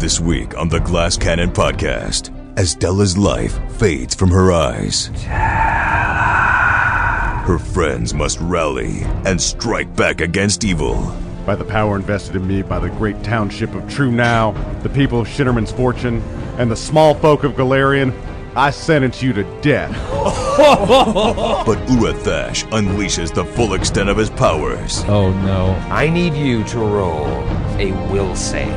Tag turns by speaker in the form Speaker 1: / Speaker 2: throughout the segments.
Speaker 1: this week on the Glass Cannon Podcast as Della's life fades from her eyes. Her friends must rally and strike back against evil.
Speaker 2: By the power invested in me by the great township of True Now, the people of Shitterman's Fortune, and the small folk of Galarian, I sentence you to death.
Speaker 1: But Uathash unleashes the full extent of his powers.
Speaker 3: Oh no.
Speaker 4: I need you to roll a will save.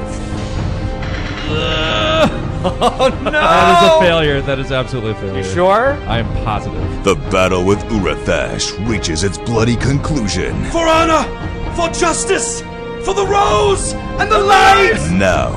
Speaker 3: That is a failure. That is absolutely a failure.
Speaker 4: You sure?
Speaker 3: I am positive.
Speaker 1: The battle with Urathash reaches its bloody conclusion.
Speaker 5: For honor, for justice, for the rose and the light!
Speaker 1: Now.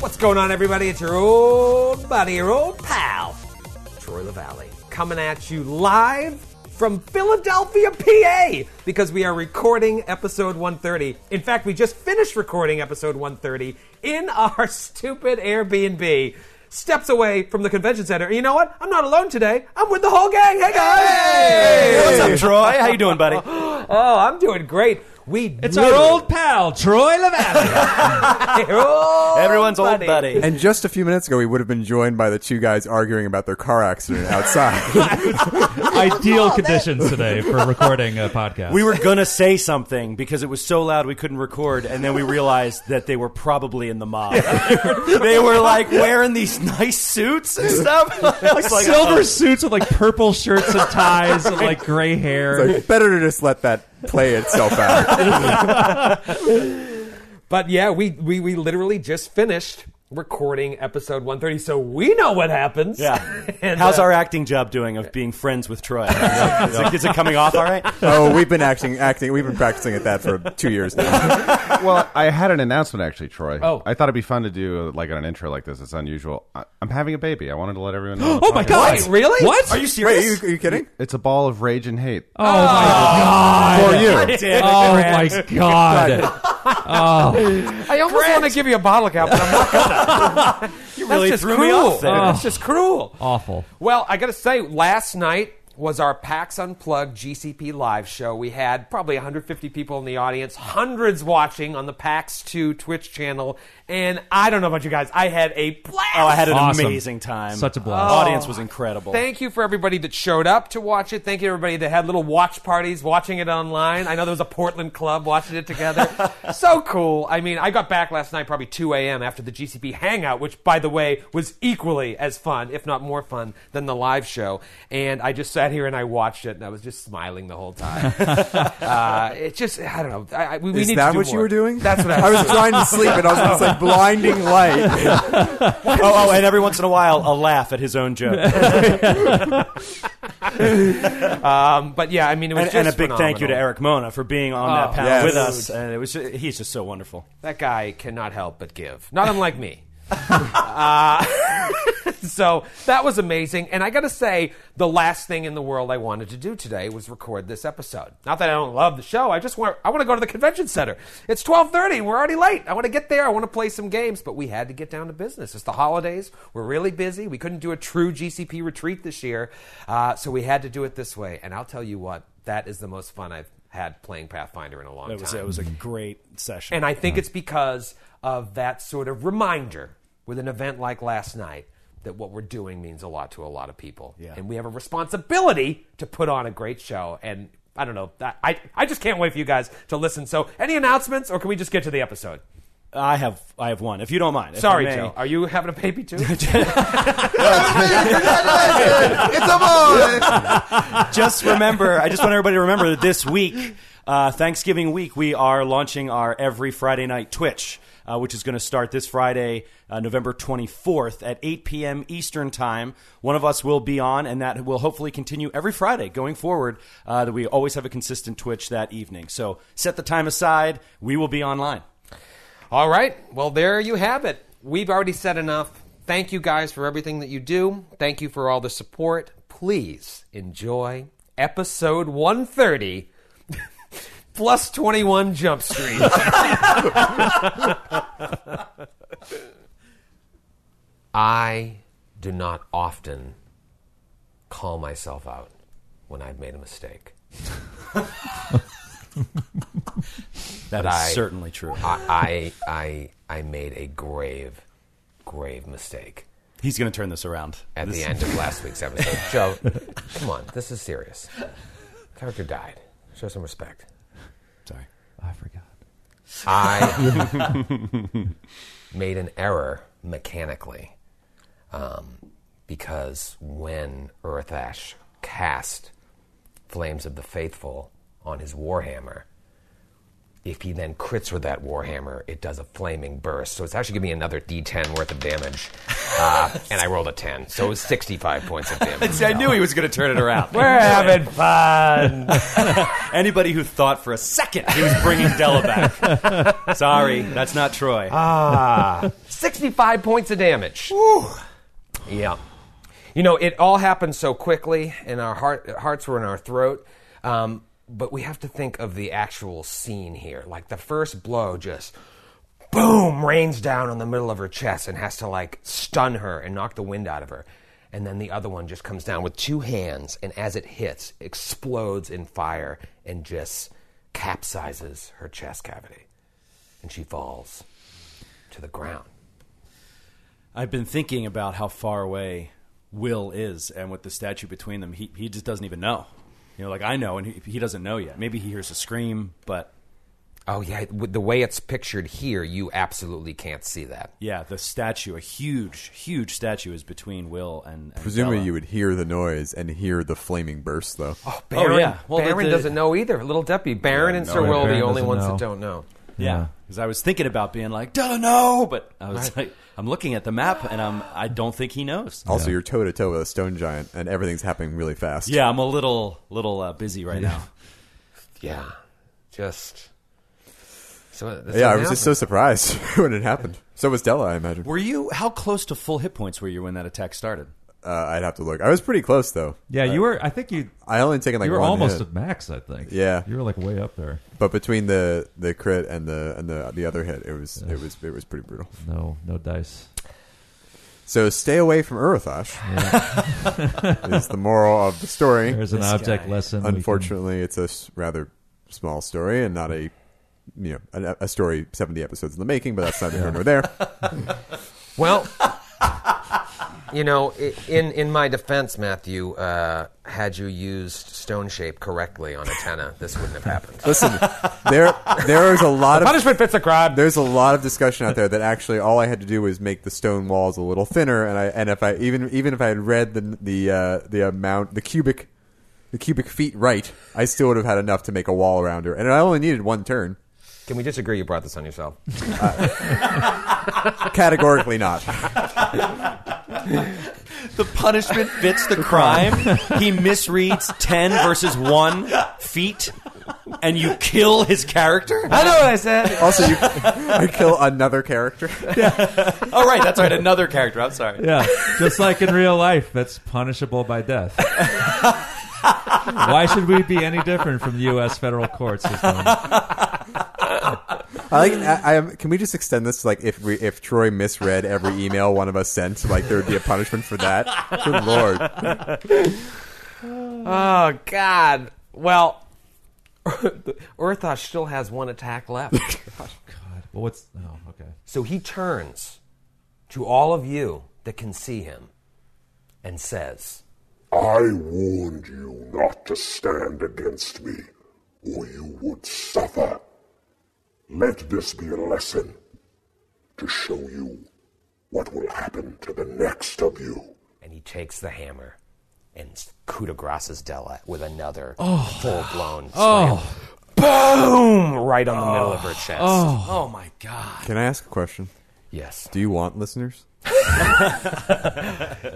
Speaker 4: What's going on, everybody? It's your old buddy, your old pal, Troy LaValle, coming at you live from Philadelphia, PA, because we are recording episode 130. In fact, we just finished recording episode 130 in our stupid Airbnb. Steps away from the convention center. You know what? I'm not alone today. I'm with the whole gang. Hey guys!
Speaker 5: What's up, Troy? How you doing, buddy?
Speaker 4: Oh, I'm doing great. We
Speaker 3: It's our old pal, Troy LaValle.
Speaker 4: oh.
Speaker 5: Everyone's old buddy.
Speaker 6: And just a few minutes ago, we would have been joined by the two guys arguing about their car accident outside.
Speaker 3: Ideal conditions today for recording a podcast.
Speaker 5: We were gonna say something because it was so loud we couldn't record, and then we realized that they were probably in the mob. they were like wearing these nice suits and stuff. It's like,
Speaker 3: silver
Speaker 5: oh,
Speaker 3: suits with like purple shirts and ties and like gray hair.
Speaker 6: Like, better to just let that play itself out.
Speaker 4: But yeah, we, we we literally just finished recording episode 130, so we know what happens.
Speaker 5: yeah.
Speaker 4: And,
Speaker 5: How's
Speaker 4: uh,
Speaker 5: our acting job doing of being friends with Troy? is, it, is it coming off all right?
Speaker 6: oh, we've been acting, acting. We've been practicing at that for two years now.
Speaker 7: well, I had an announcement actually, Troy.
Speaker 4: Oh.
Speaker 7: I thought it'd be fun to do uh, like an intro like this. It's unusual. I, I'm having a baby. I wanted to let everyone know. on the
Speaker 3: Oh my
Speaker 7: podcast.
Speaker 3: god!
Speaker 4: Wait, really?
Speaker 3: What?
Speaker 5: Are you serious?
Speaker 6: Wait, are you, are you kidding?
Speaker 7: It's a ball of rage and hate
Speaker 3: Oh my god!
Speaker 7: for you.
Speaker 5: Damn it,
Speaker 3: Oh
Speaker 5: Brad.
Speaker 3: my god!
Speaker 4: I almost want to give you a bottle cap, but I'm not gonna. you
Speaker 5: really
Speaker 4: That's just
Speaker 5: threw me
Speaker 4: cruel.
Speaker 5: off there.
Speaker 4: That's just cruel.
Speaker 3: Awful.
Speaker 4: Well, I gotta say, last night was our PAX Unplugged GCP live show. We had probably 150 people in the audience, hundreds watching on the PAX 2 Twitch channel, and I don't know about you guys, I had a blast.
Speaker 5: Oh, I had an
Speaker 3: Awesome.
Speaker 5: amazing time.
Speaker 3: Such a blast.
Speaker 5: The audience was incredible.
Speaker 4: Thank you for everybody that showed up to watch it. Thank you to everybody that had little watch parties watching it online. I know there was a Portland club watching it together. so cool. I mean, I got back last night probably 2 a.m. after the GCP hangout, which, by the way, was equally as fun, if not more fun, than the live show. And I just sat here and I watched it and I was just smiling the whole time. uh, it just, I don't know. I, I, we, we
Speaker 6: Is
Speaker 4: need
Speaker 6: that
Speaker 4: to do
Speaker 6: what you
Speaker 4: more.
Speaker 6: were doing?
Speaker 4: That's what I
Speaker 6: I
Speaker 4: was
Speaker 6: was trying to sleep, and I was just like blinding light.
Speaker 5: oh, oh, and every once in a while, a laugh at his own joke. and,
Speaker 4: Um, but yeah, I mean, it was
Speaker 5: and a
Speaker 4: just
Speaker 5: big thank you to
Speaker 4: phenomenal.
Speaker 5: Eric Mona for being on
Speaker 4: Oh,
Speaker 5: that panel
Speaker 6: yes.
Speaker 5: with us. And it was ju- he's just so wonderful.
Speaker 4: That guy cannot help but give. Not unlike me. uh, so that was amazing. And I got to say, the last thing in the world I wanted to do today was record this episode. Not that I don't love the show. I just want I want to go to the convention center. It's 12:30. We're already late. I want to get there. I want to play some games, but we had to get down to business. It's the holidays. We're really busy. We couldn't do a true GCP retreat this year. Uh, so we had to do it this way. And I'll tell you what, that is the most fun I've had playing Pathfinder in a long
Speaker 5: It was
Speaker 4: time.
Speaker 5: it was a great session.
Speaker 4: And I think it's because of that sort of reminder with an event like last night that what we're doing means a lot to a lot of people.
Speaker 5: Yeah.
Speaker 4: And we have a responsibility to put on a great show. And I don't know. that- I, I just can't wait for you guys to listen. So, any announcements, or can we just get to the episode?
Speaker 5: I have I have one. If you don't mind, if
Speaker 4: Sorry,
Speaker 5: I may.
Speaker 4: Joe. Are you having a baby too?
Speaker 6: it's a boy.
Speaker 5: Just remember, I just want everybody to remember that this week, uh, Thanksgiving week, we are launching our every Friday night Twitch, uh, which is going to start this Friday, uh, November twenty fourth at eight p.m. Eastern time. One of us will be on, and that will hopefully continue every Friday going forward. Uh, that we always have a consistent Twitch that evening. So set the time aside. We will be online.
Speaker 4: All right. Well, there you have it. We've already said enough. Thank you guys for everything that you do. Thank you for all the support. please enjoy episode 130 plus 21 Jump Street. I do not often call myself out when I've made a mistake.
Speaker 5: That
Speaker 4: I-
Speaker 5: is certainly true.
Speaker 4: I, I, I, I made a grave, grave mistake
Speaker 5: He's going to turn this around.
Speaker 4: at
Speaker 5: This-
Speaker 4: the end of last week's episode. Joe, come on, this is serious. Character died. Show some respect.
Speaker 5: Sorry.
Speaker 3: I forgot.
Speaker 4: I made an error mechanically um, because when Earthash cast Flames of the Faithful on his Warhammer, if he then crits with that Warhammer, it does a flaming burst. So it's actually giving me another D10 worth of damage. Uh, and I rolled a 10. So it was 65 points of damage.
Speaker 5: See, I knew he was going to turn it around.
Speaker 4: We're having fun.
Speaker 5: Anybody who thought for a second he was bringing Della back. Sorry, that's not Troy.
Speaker 4: 65 points of damage. Yeah. You know, it all happened so quickly, and our heart, hearts were in our throat. Um, but we have to think of the actual scene here. Like the first blow just boom rains down on the middle of her chest and has to like stun her and knock the wind out of her. And then the other one just comes down with two hands, and as it hits, explodes in fire and just capsizes her chest cavity. And she falls to the ground.
Speaker 5: I've been thinking about how far away Will is, and with the statue between them, he he just doesn't even know. You know, like I know, and he, he doesn't know yet. Maybe he hears a scream, but
Speaker 4: Oh yeah, with the way it's pictured here, you absolutely can't see that.
Speaker 5: yeah, the statue, a huge, huge statue, is between Will and, and
Speaker 6: Presumably,
Speaker 5: Bella.
Speaker 6: you would hear the noise and hear the flaming burst, though.
Speaker 4: Baron,
Speaker 5: Oh, yeah. Well, the-
Speaker 4: Baron
Speaker 5: the-
Speaker 4: doesn't know either. Little Deputy Baron and Sir
Speaker 3: no,
Speaker 4: Will are the
Speaker 3: Baron
Speaker 4: only
Speaker 3: doesn't
Speaker 4: ones
Speaker 3: know.
Speaker 4: that don't know.
Speaker 5: yeah. Because I was thinking about being like Della, no, but I was like, I'm looking at the map, and I'm I don't think he knows.
Speaker 6: Also, you're toe to toe with a stone giant, and everything's happening really fast.
Speaker 5: Yeah, I'm a little little uh, busy right now.
Speaker 4: Yeah, just. So uh, that's
Speaker 6: yeah.
Speaker 4: what
Speaker 6: I was just so
Speaker 4: happened.
Speaker 6: surprised when it happened. So was Della, I imagine.
Speaker 5: Were you how close to full hit points were you when that attack started?
Speaker 6: Uh, I'd have to look. I was pretty close though.
Speaker 3: Yeah, you were. I think you.
Speaker 6: I only taken like
Speaker 3: you were
Speaker 6: one
Speaker 3: almost
Speaker 6: hit,
Speaker 3: at max. I think.
Speaker 6: Yeah.
Speaker 3: you were like way up there.
Speaker 6: but between the the crit and the and the the other hit, it was it was it was pretty brutal.
Speaker 3: No, no dice.
Speaker 6: So stay away from Urathash. is the moral of the story.
Speaker 3: There's an object lesson. we can-
Speaker 6: Unfortunately, it's a s- rather small story and not a you know a, a story seventy episodes in the making. But that's neither here nor there.
Speaker 4: Well, you know, i- in in my defense, Matthew, uh, had you used stone shape correctly on Atena, this wouldn't have happened.
Speaker 6: Listen, there there is a lot of
Speaker 4: Punishment fits a crime.
Speaker 6: there's a lot of discussion out there that actually all I had to do was make the stone walls a little thinner, and I and if I even even if I had read the the uh, the amount the cubic the cubic feet right, I still would have had enough to make a wall around her, and I only needed one turn.
Speaker 4: Can we disagree? You brought this on yourself.
Speaker 6: Categorically not.
Speaker 5: The punishment fits the crime. he misreads 10 versus 1 feet, and you kill his character?
Speaker 4: I know what I said.
Speaker 6: Also, you, I kill another character.
Speaker 5: Oh, right, that's right, another character. I'm sorry.
Speaker 3: Yeah, just like in real life, that's punishable by death. Why should we be any different from the U.S. federal court system?
Speaker 6: I like. I, I am- can we just extend this? to, Like, if we if Troy misread every email one of us sent, like there would be a punishment for that. Good lord.
Speaker 4: Oh God! Well, Urthosh still has one attack left,
Speaker 3: Well, what's? Oh, okay.
Speaker 4: so he turns to all of you that can see him and says,
Speaker 8: I warned you not to stand against me, or you would suffer. Let this be a lesson to show you what will happen to the next of you.
Speaker 4: and he takes the hammer and coup de graces Della with another full-blown slam. Boom! Right on the middle of her chest.
Speaker 5: Oh, my God.
Speaker 6: Can I ask a question?
Speaker 4: Yes.
Speaker 6: Do you want listeners?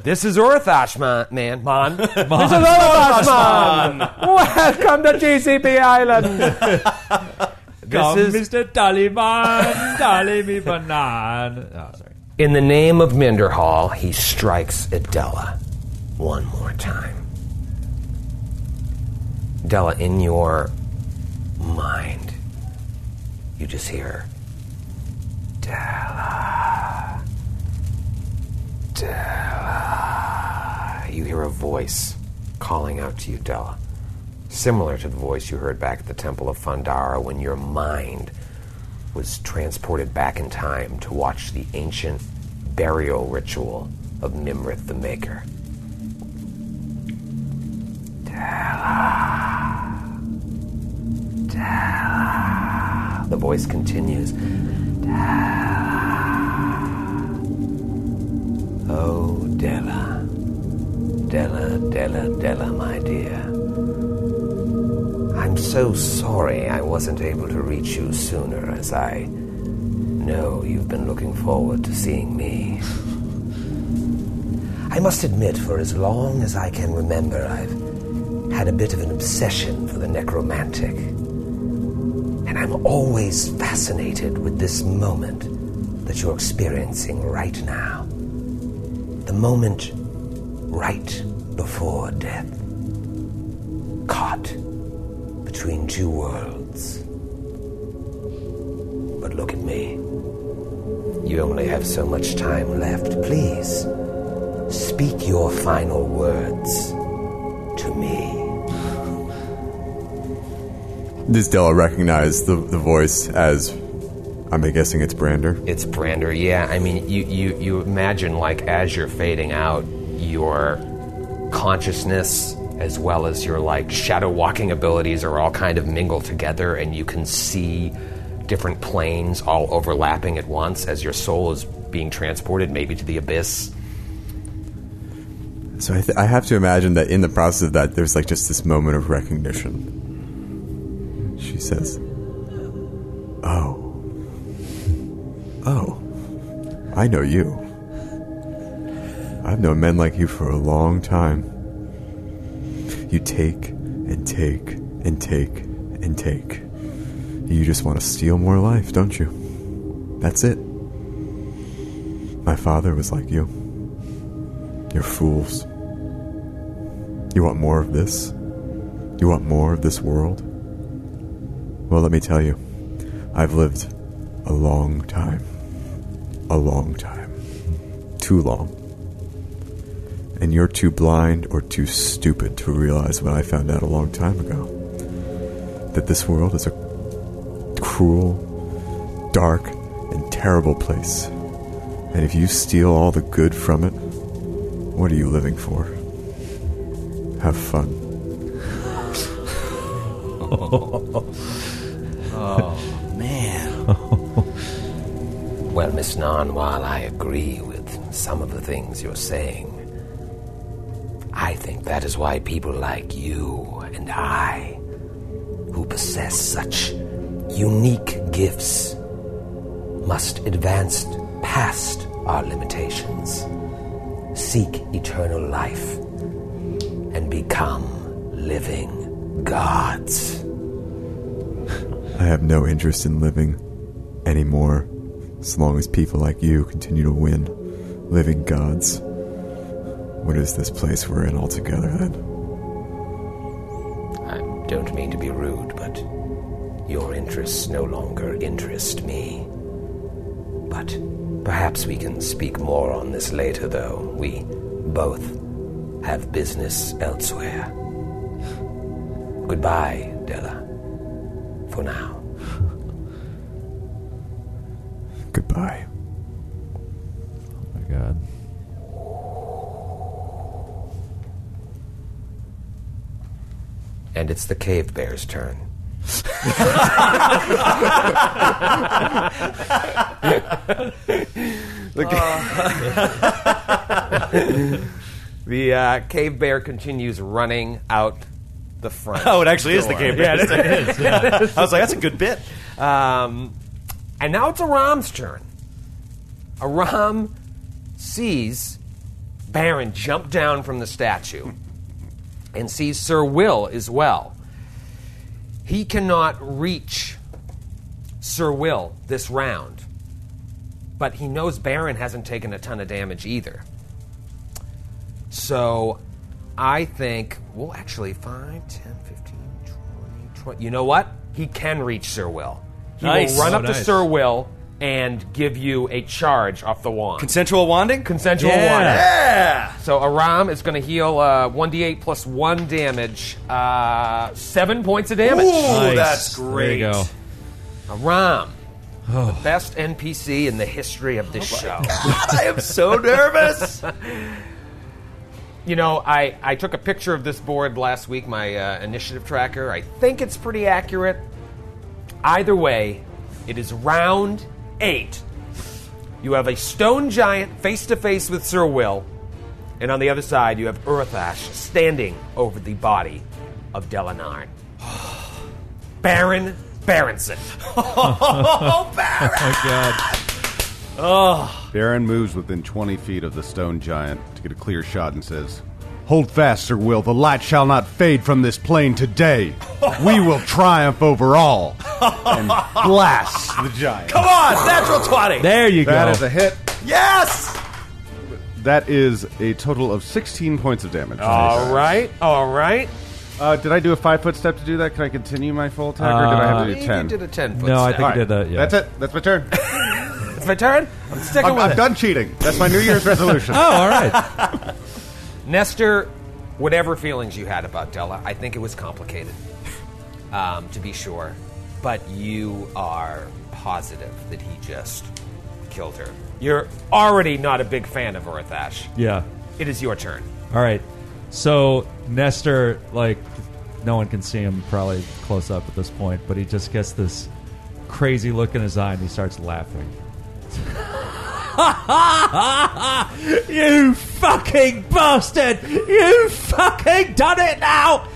Speaker 4: This is Orthosh, man. man. Mon. This is Orthosh, man. Welcome to GCP Island.
Speaker 3: Come,
Speaker 4: is-
Speaker 3: Mr. Um, Taliban, Dali me banan. Oh, sorry.
Speaker 4: In the name of Minderhall, he strikes Adela one more time. Della, in your mind, you just hear Della. Della. You hear a voice calling out to you, Della, similar to the voice you heard back at the Temple of Fandara when your mind was transported back in time to watch the ancient burial ritual of Mimrith the Maker. The voice continues. Oh, Della. Della, Della, Della, my dear. I'm so sorry I wasn't able to reach you sooner, as I know you've been looking forward to seeing me. I must admit, for as long as I can remember, I've had a bit of an obsession for the necromantic. And I'm always fascinated with this moment that you're experiencing right now. The moment right before death. Caught between two worlds. But look at me. You only have so much time left. Please, speak your final words to me.
Speaker 6: Does Della recognize the, the voice as, I'm guessing it's Brander?
Speaker 4: It's Brander, yeah. I mean, you, you, you imagine, like, as you're fading out, your consciousness as well as your, like, shadow walking abilities are all kind of mingled together, and you can see different planes all overlapping at once as your soul is being transported, maybe to the abyss.
Speaker 6: So I, th- I have to imagine that in the process of that, there's like just this moment of recognition. She says, "Oh, oh, I know you. I've known men like you for a long time. You take and take and take and take. You just want to steal more life, don't you? That's it. My father was like you. You're fools. You want more of this? You want more of this world? Well, let me tell you, I've lived a long time. A long time. Too long. And you're too blind or too stupid to realize what I found out a long time ago that this world is a cruel, dark, and terrible place. And if you steal all the good from it, what are you living for? Have fun.
Speaker 4: Well, Miss Nan, while I agree with some of the things you're saying, I think that is why people like you and I, who possess such unique gifts, must advance past our limitations, seek eternal life, and become living gods.
Speaker 6: I have no interest in living anymore, as long as people like you continue to win. Living gods. What is this place we're in altogether then?
Speaker 4: I don't mean to be rude, but your interests no longer interest me. But perhaps we can speak more on this later, though. We both have business elsewhere. Goodbye, Della. For now.
Speaker 6: Goodbye.
Speaker 3: Oh my god.
Speaker 4: And it's the cave bear's turn. The uh, cave bear continues running out the front.
Speaker 5: Oh, it actually is the
Speaker 4: door.
Speaker 5: cave
Speaker 4: Yeah,
Speaker 5: bear.
Speaker 4: it
Speaker 5: is. I was like, that's a good bit.
Speaker 4: is. Um, and now it's Aram's turn. Aram sees Baron jump down from the statue and sees Sir Will as well. He cannot reach Sir Will this round, but he knows Baron hasn't taken a ton of damage either. So I think, well, actually, 5, 10, 15, Tw- You know what? He can reach Sir Will. He
Speaker 5: Nice.
Speaker 4: will run
Speaker 5: Oh,
Speaker 4: up to
Speaker 3: nice.
Speaker 4: Sir Will and give you a charge off the wand.
Speaker 5: Consensual wanding?
Speaker 4: Consensual
Speaker 5: Yeah.
Speaker 4: one. So Aram is going to heal uh, 1d8 plus 1 damage. Uh, 7 points of damage.
Speaker 3: Nice.
Speaker 5: that's
Speaker 3: There you
Speaker 5: great.
Speaker 3: go.
Speaker 4: Aram.
Speaker 5: Oh.
Speaker 4: The best NPC in the history of this show.
Speaker 5: I am so nervous.
Speaker 4: You know, I, I took a picture of this board last week, my uh, initiative tracker. I think it's pretty accurate. Either way, it is round eight. You have a stone giant face to face with Sir Will, and on the other side, you have Urathash standing over the body of Delanarn. Baron Berenson.
Speaker 3: Oh, God.
Speaker 7: Baron moves within 20 feet of the stone giant to get a clear shot and says, Hold fast, Sir Will. The light shall not fade from this plane today. We will triumph over all. And blast the giant.
Speaker 5: Come on, natural 20.
Speaker 3: There you
Speaker 7: That
Speaker 3: go.
Speaker 7: is a hit.
Speaker 5: Yes!
Speaker 7: That is a total of 16 points of damage.
Speaker 4: All right, all right.
Speaker 7: Uh, did I do a five foot step to do that? Can I continue my full attack, or did I have to do 10?
Speaker 4: Uh, You did a 10 foot
Speaker 3: no, I
Speaker 4: step.
Speaker 3: think you did that. Yeah.
Speaker 7: That's it. That's my turn.
Speaker 4: It's my turn. I'm sticking
Speaker 7: I'm,
Speaker 4: with
Speaker 7: I'm
Speaker 4: it.
Speaker 7: done cheating. That's my New Year's resolution.
Speaker 3: Oh, all right.
Speaker 4: Nestor, whatever feelings you had about Della, I think it was complicated, um, to be sure. But you are positive that he just killed her. You're already not a big fan of Urathash.
Speaker 3: yeah.
Speaker 4: It is your turn.
Speaker 3: All right. So Nestor, like, no one can see him probably close up at this point, but he just gets this crazy look in his eye and he starts laughing. you fucking bastard! You fucking done it now!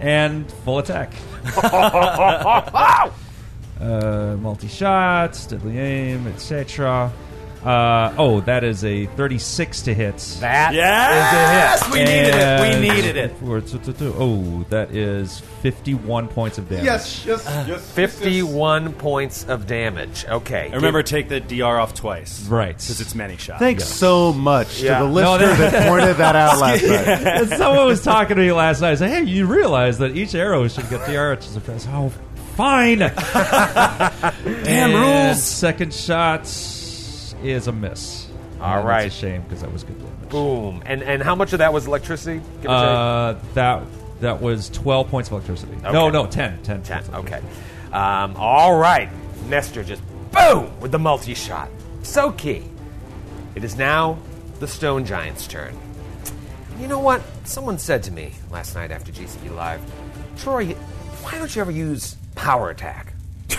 Speaker 3: And full attack. uh, multi shots, deadly aim, etc. Uh, oh, that is a 36 to hit.
Speaker 4: That
Speaker 5: Yes! We needed it.
Speaker 3: And-
Speaker 5: We needed it.
Speaker 3: Four, two, two, two. Oh, that is 51 points of damage.
Speaker 7: yes, yes.
Speaker 4: 51 points of damage. Okay.
Speaker 5: And remember, take the DR off twice.
Speaker 3: Right.
Speaker 5: Because it's many shots.
Speaker 7: Thanks so much
Speaker 5: Yeah.
Speaker 7: to the
Speaker 3: No,
Speaker 7: listener that pointed that out last night.
Speaker 3: And Someone was talking to me last night. I said, hey, you realize that each arrow should get the arches of this. Oh, fine. Damn rules. Second shot is a miss.
Speaker 4: All
Speaker 3: And
Speaker 4: right.
Speaker 3: It's a shame because that was good damage.
Speaker 4: Boom. And and how much of that was electricity? Give or
Speaker 3: Uh, that, that was 12 points of electricity. No, no, 10. 10.
Speaker 4: take?
Speaker 3: points of
Speaker 4: 10. Okay.
Speaker 3: electricity.
Speaker 4: Um, all right. Nestor just boom with the multi shot. So key. It is now the Stone Giant's turn. You know what? Someone said to me last night after GCB Live, Troy, why don't you ever use power attack?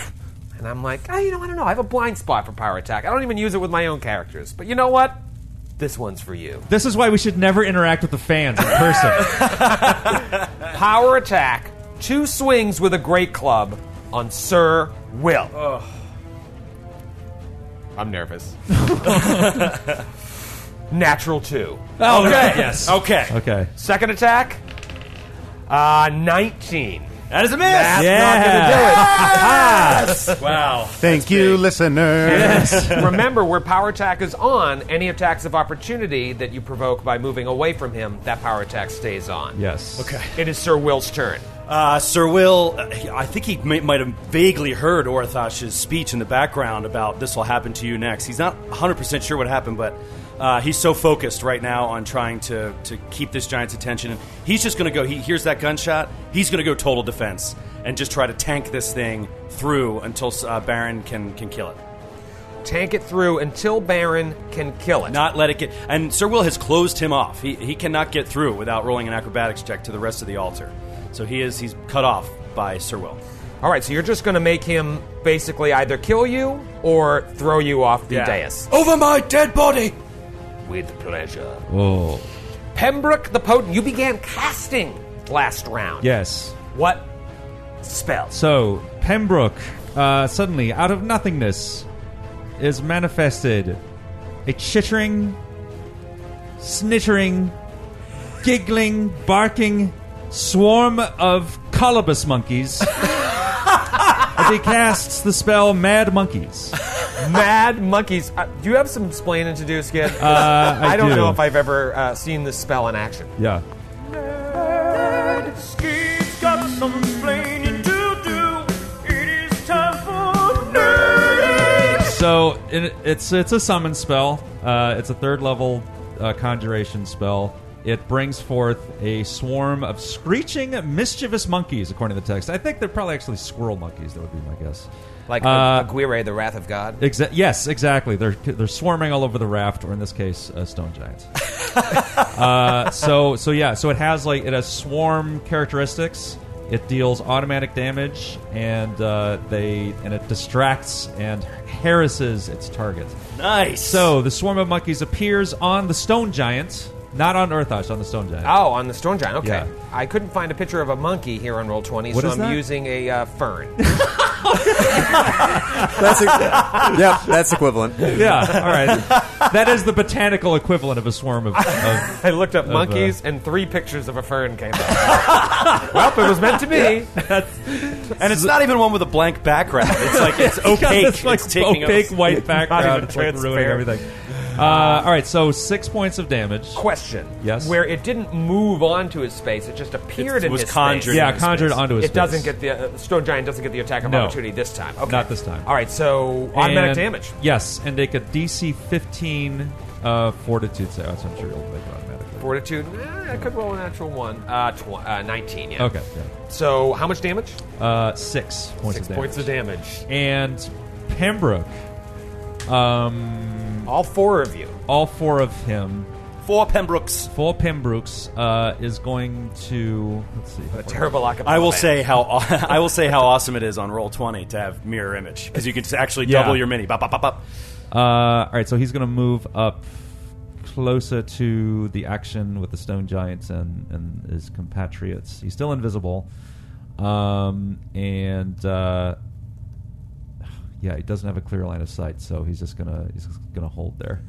Speaker 4: and I'm like, I, you know, I don't know. I have a blind spot for power attack. I don't even use it with my own characters. But you know what? This one's for you.
Speaker 3: This is why we should never interact with the fans in person.
Speaker 4: Power attack, two swings with a great club on Sir Will. I'm nervous. Natural two.
Speaker 3: oh, okay. yes.
Speaker 5: Okay.
Speaker 3: Okay.
Speaker 4: Second attack, uh, 19.
Speaker 5: That is a miss. Wow.
Speaker 7: Thank you, listener.
Speaker 4: Remember, where power attack is on, any attacks of opportunity that you provoke by moving away from him, that power attack stays on.
Speaker 3: Yes.
Speaker 5: Okay.
Speaker 4: It is Sir Will's turn.
Speaker 5: Uh, Sir Will, uh, I think he may, might have vaguely heard Orthash's speech in the background about this will happen to you next. He's not 100% sure what happened, but uh, he's so focused right now on trying to, to keep this giant's attention. He's just going to go, he hears that gunshot, he's going to go total defense and just try to tank this thing through until uh, Baron can, can kill it.
Speaker 4: Tank it through until Baron can kill it.
Speaker 5: Not let it get. And Sir Will has closed him off. He, he cannot get through without rolling an acrobatics check to the rest of the altar. So he is he's cut off by Sir Will.
Speaker 4: All right, so you're just going to make him basically either kill you or throw you off the
Speaker 5: Yeah.
Speaker 4: dais.
Speaker 5: Over my dead body!
Speaker 4: With pleasure.
Speaker 3: Oh.
Speaker 4: Pembroke the Potent, you began casting last round.
Speaker 3: Yes.
Speaker 4: What spells?
Speaker 3: So, Pembroke, uh, suddenly, out of nothingness, is manifested a chittering, snittering, giggling, barking swarm of colobus monkeys. as he casts the spell Mad Monkeys.
Speaker 5: Uh,
Speaker 4: Mad Monkeys. Uh, do you have some explaining to do, Skid?
Speaker 3: Uh, I
Speaker 4: don't
Speaker 3: do.
Speaker 4: know if I've ever uh, seen this spell in action.
Speaker 3: Yeah.
Speaker 5: Skid's got some explaining to do.
Speaker 3: and it, it's it's a summon spell. Uh, it's a third level uh, conjuration spell. It brings forth a swarm of screeching, mischievous monkeys, according to the text. I think they're probably actually squirrel monkeys. That would be my guess.
Speaker 4: Like
Speaker 3: Uh,
Speaker 4: Aguirre, the Wrath of God.
Speaker 3: Exa- yes, exactly. They're they're swarming all over the raft, or in this case, uh, stone giants. uh, so so yeah, so it has like it has swarm characteristics. It deals automatic damage, and uh, they and it distracts and harasses its target.
Speaker 5: Nice.
Speaker 3: So the swarm of monkeys appears on the stone giant, not on Earthosh, on the stone giant.
Speaker 4: Oh, on the Storm Giant. Okay.
Speaker 3: Yeah.
Speaker 4: I couldn't find a picture of a monkey here on Roll 20,
Speaker 3: What
Speaker 4: so
Speaker 3: is
Speaker 4: I'm
Speaker 3: that?
Speaker 4: using a uh, fern.
Speaker 6: That's ex- yep, that's equivalent.
Speaker 3: Yeah, all right. that is the botanical equivalent of a swarm of. of
Speaker 4: I looked up
Speaker 3: Of, uh,
Speaker 4: monkeys, and three pictures of a fern came up. well, it was meant to be.
Speaker 5: and it's not even one with a blank background. It's like it's
Speaker 3: It's got
Speaker 5: opaque.
Speaker 3: this, like,
Speaker 5: it's taking up-
Speaker 3: opaque white background,
Speaker 4: even
Speaker 3: it's, like, ruining
Speaker 4: transparent.
Speaker 3: everything. Uh, all right, so six points of damage.
Speaker 4: Question.
Speaker 3: Yes.
Speaker 4: Where it didn't move onto his space, it just appeared
Speaker 5: It
Speaker 4: in
Speaker 5: was
Speaker 4: his
Speaker 5: conjured.
Speaker 4: space.
Speaker 3: Yeah, conjured
Speaker 5: Space.
Speaker 3: onto his.
Speaker 4: It doesn't
Speaker 3: face.
Speaker 4: get the uh, the Stone Giant doesn't get the attack of
Speaker 3: No.
Speaker 4: opportunity this time. Okay.
Speaker 3: Not this time.
Speaker 4: All right, so automatic
Speaker 3: And-
Speaker 4: damage.
Speaker 3: Yes, and take a DC 15 uh, Fortitude save. That's- I'm sure you'll make it automatically.
Speaker 4: Fortitude. eh, I could roll a natural one. Uh, tw- uh, 19, yeah.
Speaker 3: Okay. yeah.
Speaker 4: So how much damage?
Speaker 3: Uh, six points
Speaker 4: Six
Speaker 3: of damage.
Speaker 4: points of damage.
Speaker 3: And Pembroke,
Speaker 4: All four of you.
Speaker 3: all four of him,
Speaker 5: Four Pembrokes.
Speaker 3: four Pembrokes, uh, is going to. Let's see.
Speaker 4: A terrible acapella.
Speaker 5: I will
Speaker 4: band.
Speaker 5: say how I will say how awesome it is on roll twenty to have mirror image because you can just actually
Speaker 3: Yeah.
Speaker 5: double your mini. Bop, bop, bop, bop.
Speaker 3: Uh, all right, so he's going to move up closer to the action with the stone giants and, and his compatriots. He's still invisible. Um, and uh, yeah, he doesn't have a clear line of sight, so he's just gonna he's just gonna hold there.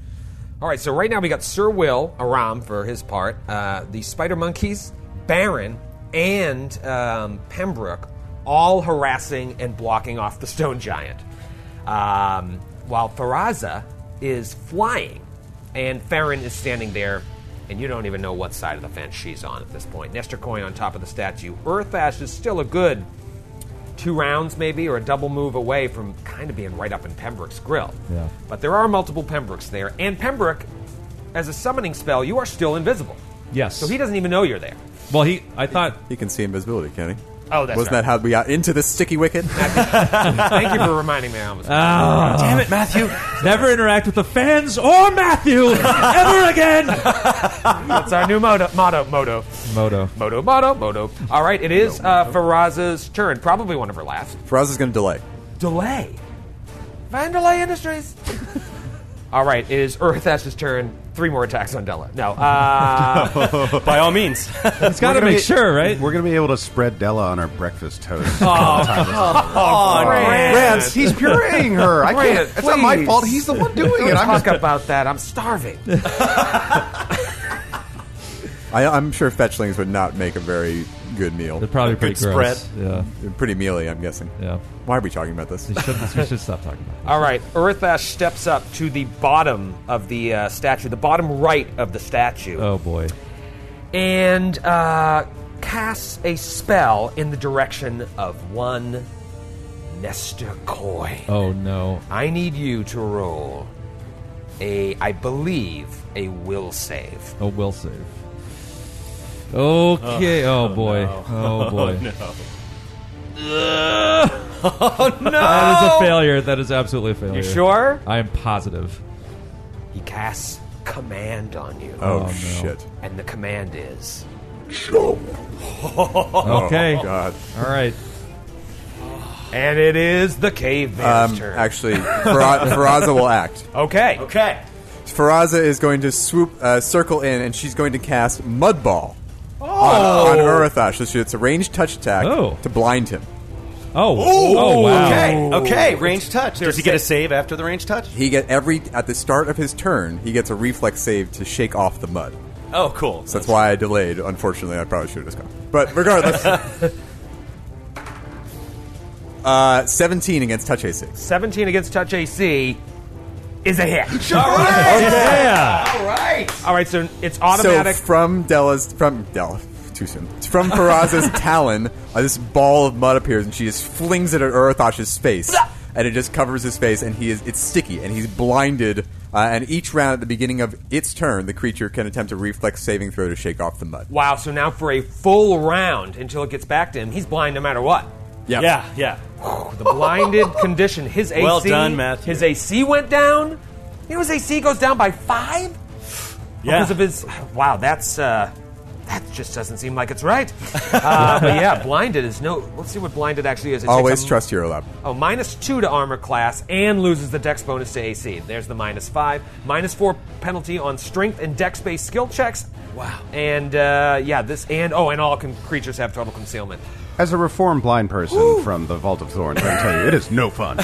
Speaker 4: All right, so right now we got Sir Will Aram for his part, uh, the Spider Monkeys, Baron, and um, Pembroke, all harassing and blocking off the Stone Giant, um, while Faraza is flying, and Farron is standing there, and you don't even know what side of the fence she's on at this point. Nestor Coin on top of the statue. Earth Ash is still a good two rounds maybe or a double move away from kind of being right up in Pembroke's grill.
Speaker 3: Yeah.
Speaker 4: But there are multiple Pembrokes there, and Pembroke, as a summoning spell, you are still invisible.
Speaker 3: Yes.
Speaker 4: So he doesn't even know you're there.
Speaker 3: Well, he I thought
Speaker 6: He can see invisibility, can he?
Speaker 4: Oh, that's
Speaker 6: Wasn't
Speaker 4: right.
Speaker 6: that how we got into the sticky wicket?
Speaker 4: Thank you for reminding me. I almost
Speaker 7: Uh.
Speaker 5: Damn it, Matthew!
Speaker 3: never interact with the fans or Matthew ever again.
Speaker 4: that's our new motto. Motto. Motto.
Speaker 3: Moto.
Speaker 4: Motto. Motto. Motto. All right, it is uh, Faraz's turn. Probably one of her last.
Speaker 6: Faraz is going to delay.
Speaker 4: Delay. Vandelay Industries. All right, it is Earth Ash's turn. Three more attacks on Della. No. Uh,
Speaker 5: By all means,
Speaker 3: It's got to
Speaker 7: gonna
Speaker 3: make
Speaker 7: be-
Speaker 3: sure, right?
Speaker 7: We're gonna be able to spread Della on our breakfast toast. oh,
Speaker 4: Rance.
Speaker 7: he's pureeing her. I
Speaker 4: Grant,
Speaker 7: can't. It's not my
Speaker 4: please.
Speaker 7: fault. He's the one doing it.
Speaker 4: Don't
Speaker 7: I'm
Speaker 4: talk
Speaker 7: just
Speaker 4: about that. I'm starving.
Speaker 6: I, I'm sure fetchlings would not make a very good meal.
Speaker 3: They're probably pretty
Speaker 5: Good
Speaker 3: gross.
Speaker 5: spread.
Speaker 3: Yeah,
Speaker 6: Pretty mealy, I'm guessing.
Speaker 3: yeah.
Speaker 6: Why are we talking about this?
Speaker 3: We should, we should stop talking about.
Speaker 4: All right, Earthash steps up to the bottom of the uh, statue, the bottom right of the statue,
Speaker 3: It. Oh boy.
Speaker 4: and uh, casts a spell in the direction of one Nestor Coy.
Speaker 3: Oh no.
Speaker 4: I need you to roll a, I believe, a will save.
Speaker 3: Oh, will save. Okay. Oh, boy. Oh boy.
Speaker 4: No,
Speaker 3: That is a failure. That is absolutely a failure.
Speaker 4: You sure?
Speaker 3: I am positive.
Speaker 4: He casts command on you,
Speaker 6: Oh, shit.
Speaker 4: and the command is
Speaker 8: Jump.
Speaker 3: Okay. All
Speaker 6: Oh, God.
Speaker 3: right.
Speaker 4: And it is the caveman's
Speaker 6: Um,
Speaker 4: turn.
Speaker 6: actually, Fara- Faraza will act.
Speaker 4: okay.
Speaker 5: okay.
Speaker 6: Faraza is going to swoop, uh, circle in, and she's going to cast Mud Ball on, on Urathash. So she- it's a ranged touch attack
Speaker 3: Oh.
Speaker 6: to blind him.
Speaker 3: Oh. oh wow.
Speaker 5: Okay, okay. Range touch. Does he get a save after the range touch?
Speaker 6: He get every at the start of his turn, he gets a reflex save to shake off the mud.
Speaker 5: Oh, cool.
Speaker 6: So that's why I delayed. Unfortunately, I probably should have just gone. But regardless, uh, seventeen against touch AC.
Speaker 4: 17 against touch AC is a hit. All right. All right, so it's automatic.
Speaker 6: So from Della's from Della too soon. From Faraz's talon, uh, this ball of mud appears and she just flings it at Urthosh's face. and it just covers his face, and he is it's sticky, and he's blinded. Uh, and each round at the beginning of its turn, the creature can attempt a reflex saving throw to shake off the mud.
Speaker 4: Wow, so now for a full round until it gets back to him, he's blind no matter what.
Speaker 5: Yeah, yeah.
Speaker 4: The blinded condition, his AC.
Speaker 5: Well done, Matthew.
Speaker 4: His AC went down. You know his AC goes down by five?
Speaker 5: Yeah.
Speaker 4: Because of his. Wow, that's. Uh, that just doesn't seem like it's right. Uh, but yeah, blinded is no. Let's see what blinded actually is. It takes
Speaker 6: Always
Speaker 4: a-
Speaker 6: trust your lab.
Speaker 4: Oh, minus two to armor class and loses the dex bonus to AC. There's the minus five. Minus four penalty on strength and dex based skill checks. Wow. And uh, yeah, this. And oh, and all con- creatures have total concealment.
Speaker 7: As a reformed blind person from the Vault of Thorns, I can tell you, it is no fun.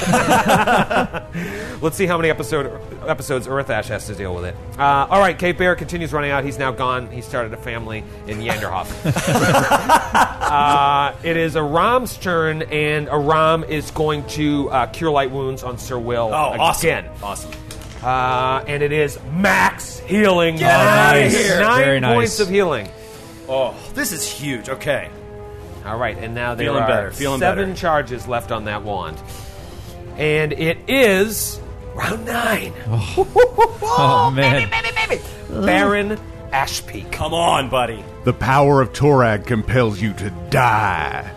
Speaker 4: Let's see how many episode, episodes Earth Ash has to deal with it. Uh, all right, Cape Bear continues running out. He's now gone. He started a family in Yanderhof. uh, it is Aram's turn, and Aram is going to uh, cure light wounds on Sir Will
Speaker 5: Oh, awesome.
Speaker 4: again.
Speaker 5: Awesome.
Speaker 4: Uh, and it is max healing.
Speaker 3: outta
Speaker 4: Nice.
Speaker 3: here.
Speaker 4: Nine
Speaker 3: Very nice.
Speaker 4: points of healing.
Speaker 5: Oh, this is huge. Okay.
Speaker 4: All right, and now there
Speaker 5: Feeling
Speaker 4: are
Speaker 5: better, feeling
Speaker 4: seven
Speaker 5: better.
Speaker 4: charges left on that wand, and it is round nine.
Speaker 3: Oh, man.
Speaker 4: Baron Ashpeak.
Speaker 5: Come on, buddy.
Speaker 7: the power of Torag compels you to die.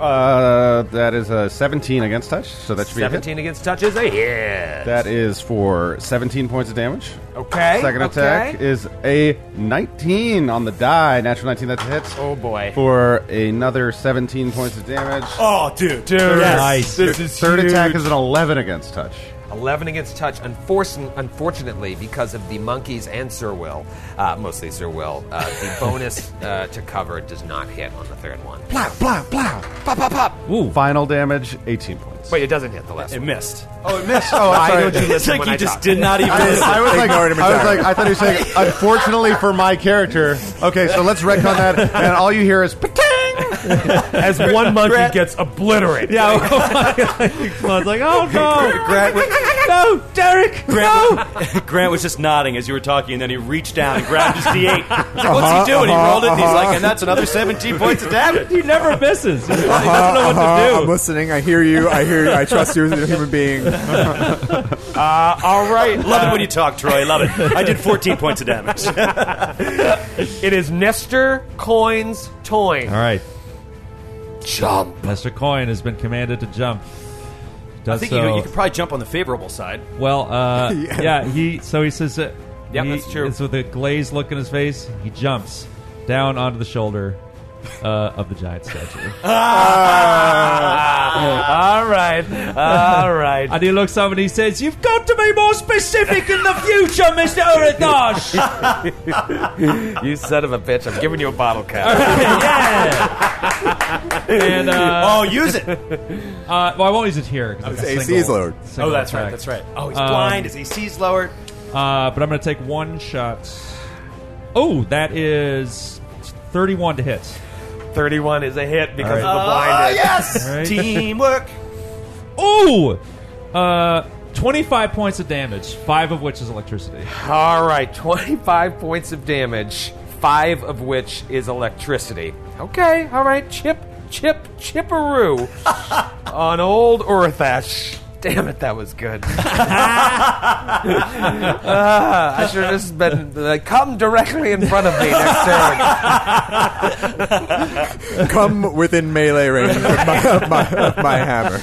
Speaker 7: uh, that is a 17 against touch, so that should be a hit.
Speaker 4: Seventeen against touches a hit.
Speaker 7: That is for 17 points of damage.
Speaker 4: Okay,
Speaker 7: Second
Speaker 4: okay.
Speaker 7: attack is a 19 on the die. Natural 19, that's a hit.
Speaker 4: Oh boy.
Speaker 7: For another 17 points of damage.
Speaker 5: Oh, dude. Dude.
Speaker 3: Nice.
Speaker 5: This is
Speaker 7: Third
Speaker 5: huge.
Speaker 7: attack is an 11 against touch.
Speaker 4: Eleven against touch. Unfortunately, unfortunately, because of the monkeys and Sir Will, uh, mostly Sir Will, uh, the bonus uh, to cover does not hit on the third one.
Speaker 7: Blah, blah, blah.
Speaker 4: Pop, pop, pop.
Speaker 7: Final damage, 18 points.
Speaker 4: Wait, it doesn't hit the last
Speaker 5: It
Speaker 4: one.
Speaker 5: missed.
Speaker 7: oh, it missed. Oh,
Speaker 4: Why
Speaker 7: I'm
Speaker 4: don't you
Speaker 7: sorry.
Speaker 5: It's
Speaker 4: listen
Speaker 5: like
Speaker 4: when
Speaker 5: you
Speaker 4: I
Speaker 5: just
Speaker 4: talk?
Speaker 5: did not even.
Speaker 7: I was like,
Speaker 6: Ignored him
Speaker 7: I was
Speaker 6: entirely.
Speaker 7: like, I thought he was saying, unfortunately for my character. Okay, so let's wreck on that, and all you hear is, "Pating!"
Speaker 4: As one monkey gets obliterated.
Speaker 3: Yeah, I was like, oh no,
Speaker 5: Grant, wa-
Speaker 3: no, Derek, no.
Speaker 5: Grant was just nodding as you were talking, and then he reached down and grabbed his D8. He's like, What's he doing? he rolled it, and he's like, and that's another 17 points of damage.
Speaker 3: He never misses. He doesn't know
Speaker 6: Uh-huh,
Speaker 3: what
Speaker 6: I'm
Speaker 3: to do.
Speaker 6: listening. I hear you. I hear you. I trust you as a human being.
Speaker 4: All right.
Speaker 5: Love it when you talk, Troy. Love it. I did 14 points of damage.
Speaker 4: It is Nestor Coins Toyn.
Speaker 3: All right,
Speaker 4: Jump.
Speaker 3: Mr. Coin has been commanded to jump.
Speaker 5: I
Speaker 3: Does
Speaker 5: think
Speaker 3: so.
Speaker 5: you, you could probably jump on the favorable side.
Speaker 3: Well, uh, yeah. he. So he says, uh,
Speaker 4: Yep,
Speaker 3: he,
Speaker 4: that's true.
Speaker 3: It's with a glazed look in his face. He jumps down onto the shoulder uh, of the giant statue, Uh,
Speaker 4: All right. All right.
Speaker 3: and he looks up and he says, "You've got to be more specific in the future, Mister Uradash."
Speaker 4: you son of a bitch. I'm giving you a bottle cap.
Speaker 3: yeah. and uh,
Speaker 5: Oh, use it.
Speaker 3: uh, well, I won't use it here. 'cause it's a
Speaker 6: AC
Speaker 3: single-
Speaker 6: is lowered.
Speaker 5: Oh,
Speaker 3: single
Speaker 5: that's right.
Speaker 3: attack.
Speaker 5: That's right. Oh, he's
Speaker 3: Um,
Speaker 5: blind. His AC's lower.
Speaker 3: Uh, but I'm going to take one shot. Oh, that is 31 to hit.
Speaker 4: 31 is a hit because
Speaker 3: All
Speaker 4: of the blinded.
Speaker 5: yes!
Speaker 3: Right.
Speaker 5: Teamwork.
Speaker 3: Ooh! Uh, 25 points of damage, five of which is electricity.
Speaker 4: All right. 25 points of damage, five of which is electricity. Okay. All right. Chip, chip, chipperoo on old Urthash. Damn it, that was good. Ah, I should have just been like, come directly in front of me next turn.
Speaker 6: Come within melee range of my, of my, of my hammer.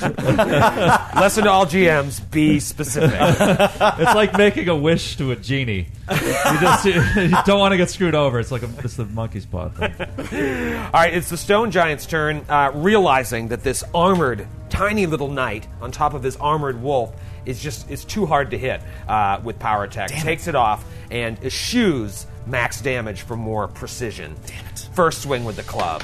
Speaker 4: Lesson to all GMs: be specific.
Speaker 3: It's like making a wish to a genie. You just you, don't want to get screwed over. It's like a, it's the monkey's paw thing.
Speaker 4: all right, it's the stone giant's turn. Uh, realizing that this armored, tiny little knight on top of his armored wolf is just is too hard to hit uh, with power attack, takes it. off and eschews max damage for more precision. Damn it! First swing with the club,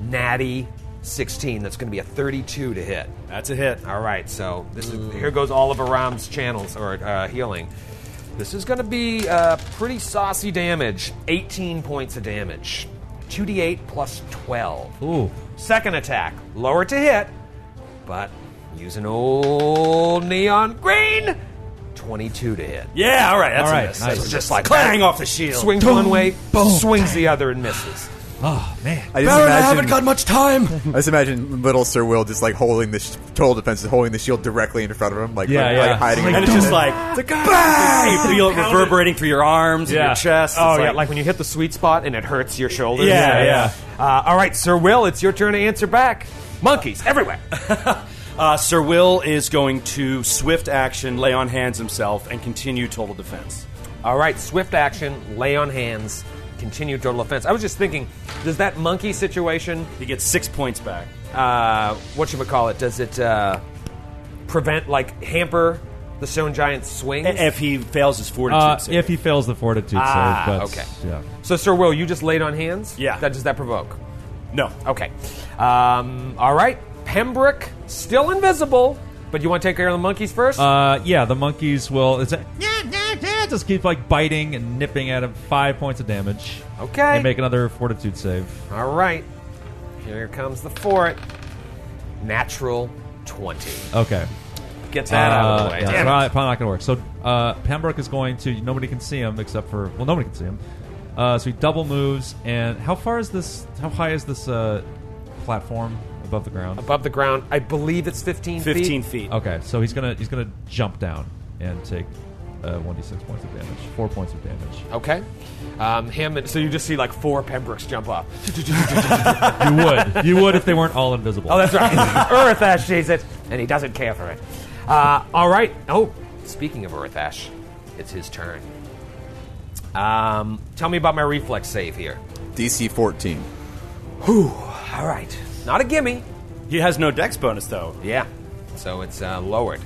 Speaker 4: natty sixteen. That's going to be a thirty-two to hit.
Speaker 5: That's a hit. Mm.
Speaker 4: All right, so this is here goes all of Aram's channels or uh, healing. This is going to be uh, pretty saucy damage. 18 points of damage. 2d8 plus 12.
Speaker 3: Ooh.
Speaker 4: Second attack, lower to hit, but use an old neon green. 22 to hit.
Speaker 5: Yeah, all right. That's
Speaker 3: All
Speaker 5: a
Speaker 3: right,
Speaker 5: miss.
Speaker 3: nice.
Speaker 5: That's
Speaker 4: Just like
Speaker 5: Clang
Speaker 4: that.
Speaker 5: off the shield.
Speaker 4: Swings one way, swings the other, and misses.
Speaker 3: Oh man.
Speaker 6: I just
Speaker 5: Baron, I
Speaker 6: imagine,
Speaker 5: haven't got much time.
Speaker 6: I just imagine little Sir Will just like holding the sh- total defense, holding the shield directly in front of him, like
Speaker 3: Yeah,
Speaker 6: like,
Speaker 3: yeah.
Speaker 6: like hiding.
Speaker 5: and
Speaker 6: it.
Speaker 5: it's just like bang! You feel it reverberating through your arms and
Speaker 3: Yeah.
Speaker 5: your chest.
Speaker 4: Oh
Speaker 5: It's
Speaker 4: yeah, like when you hit the sweet spot and it hurts your shoulders.
Speaker 5: Yeah, yeah.
Speaker 4: Uh, all right, Sir Will, it's your turn to answer back. Monkeys everywhere.
Speaker 5: uh, Sir Will is going to swift action, lay on hands himself, and continue total defense.
Speaker 4: all right, swift action, lay on hands, continue total offense. I was just thinking, does that monkey situation,
Speaker 5: He gets six points back.
Speaker 4: uh, what should we call it? Does it uh, prevent like hamper the stone giant's swings?
Speaker 5: If he fails his fortitude,
Speaker 3: Uh,
Speaker 5: saving.
Speaker 3: if he fails the fortitude
Speaker 4: Ah,
Speaker 3: save, but
Speaker 4: okay.
Speaker 3: yeah.
Speaker 4: so, Sir Will, you just laid on hands.
Speaker 5: Yeah.
Speaker 4: That does that provoke?
Speaker 5: no, Oh,
Speaker 4: Okay. Um, all right, Pembroke still invisible, but you want to take care of the monkeys first.
Speaker 3: Uh, yeah, the monkeys will. It's a, yeah, yeah, yeah, just keep like biting and nipping at him. Five points of damage.
Speaker 4: Okay.
Speaker 3: They make another fortitude save.
Speaker 4: All right. Here comes the fort. Natural 20.
Speaker 3: Okay.
Speaker 4: Get that out of
Speaker 3: Uh,
Speaker 4: the way.
Speaker 3: yeah,
Speaker 4: Damn
Speaker 3: probably,
Speaker 4: it.
Speaker 3: probably not going to work. So uh, Pembroke is going to. Nobody can see him except for. Well, nobody can see him. Uh, so he double moves. And how far is this? How high is this uh, platform above the ground?
Speaker 4: Above the ground, I believe it's 15 feet.
Speaker 5: fifteen feet.
Speaker 3: Okay, so he's gonna he's gonna jump down and take uh, one d six points of damage, four points of damage.
Speaker 4: Okay. Um, him and, so you just see like four Pembrokes jump up.
Speaker 3: You would, you would if they weren't all invisible.
Speaker 4: Oh, that's right. It's Earth Ash sees it, and he doesn't care for it. Uh, all right. Oh, speaking of Earth Ash, it's his turn. Um, tell me about my reflex save here.
Speaker 6: DC 14.
Speaker 4: All right. Not a gimme.
Speaker 5: He has no dex bonus though.
Speaker 4: Yeah. So it's uh, lowered.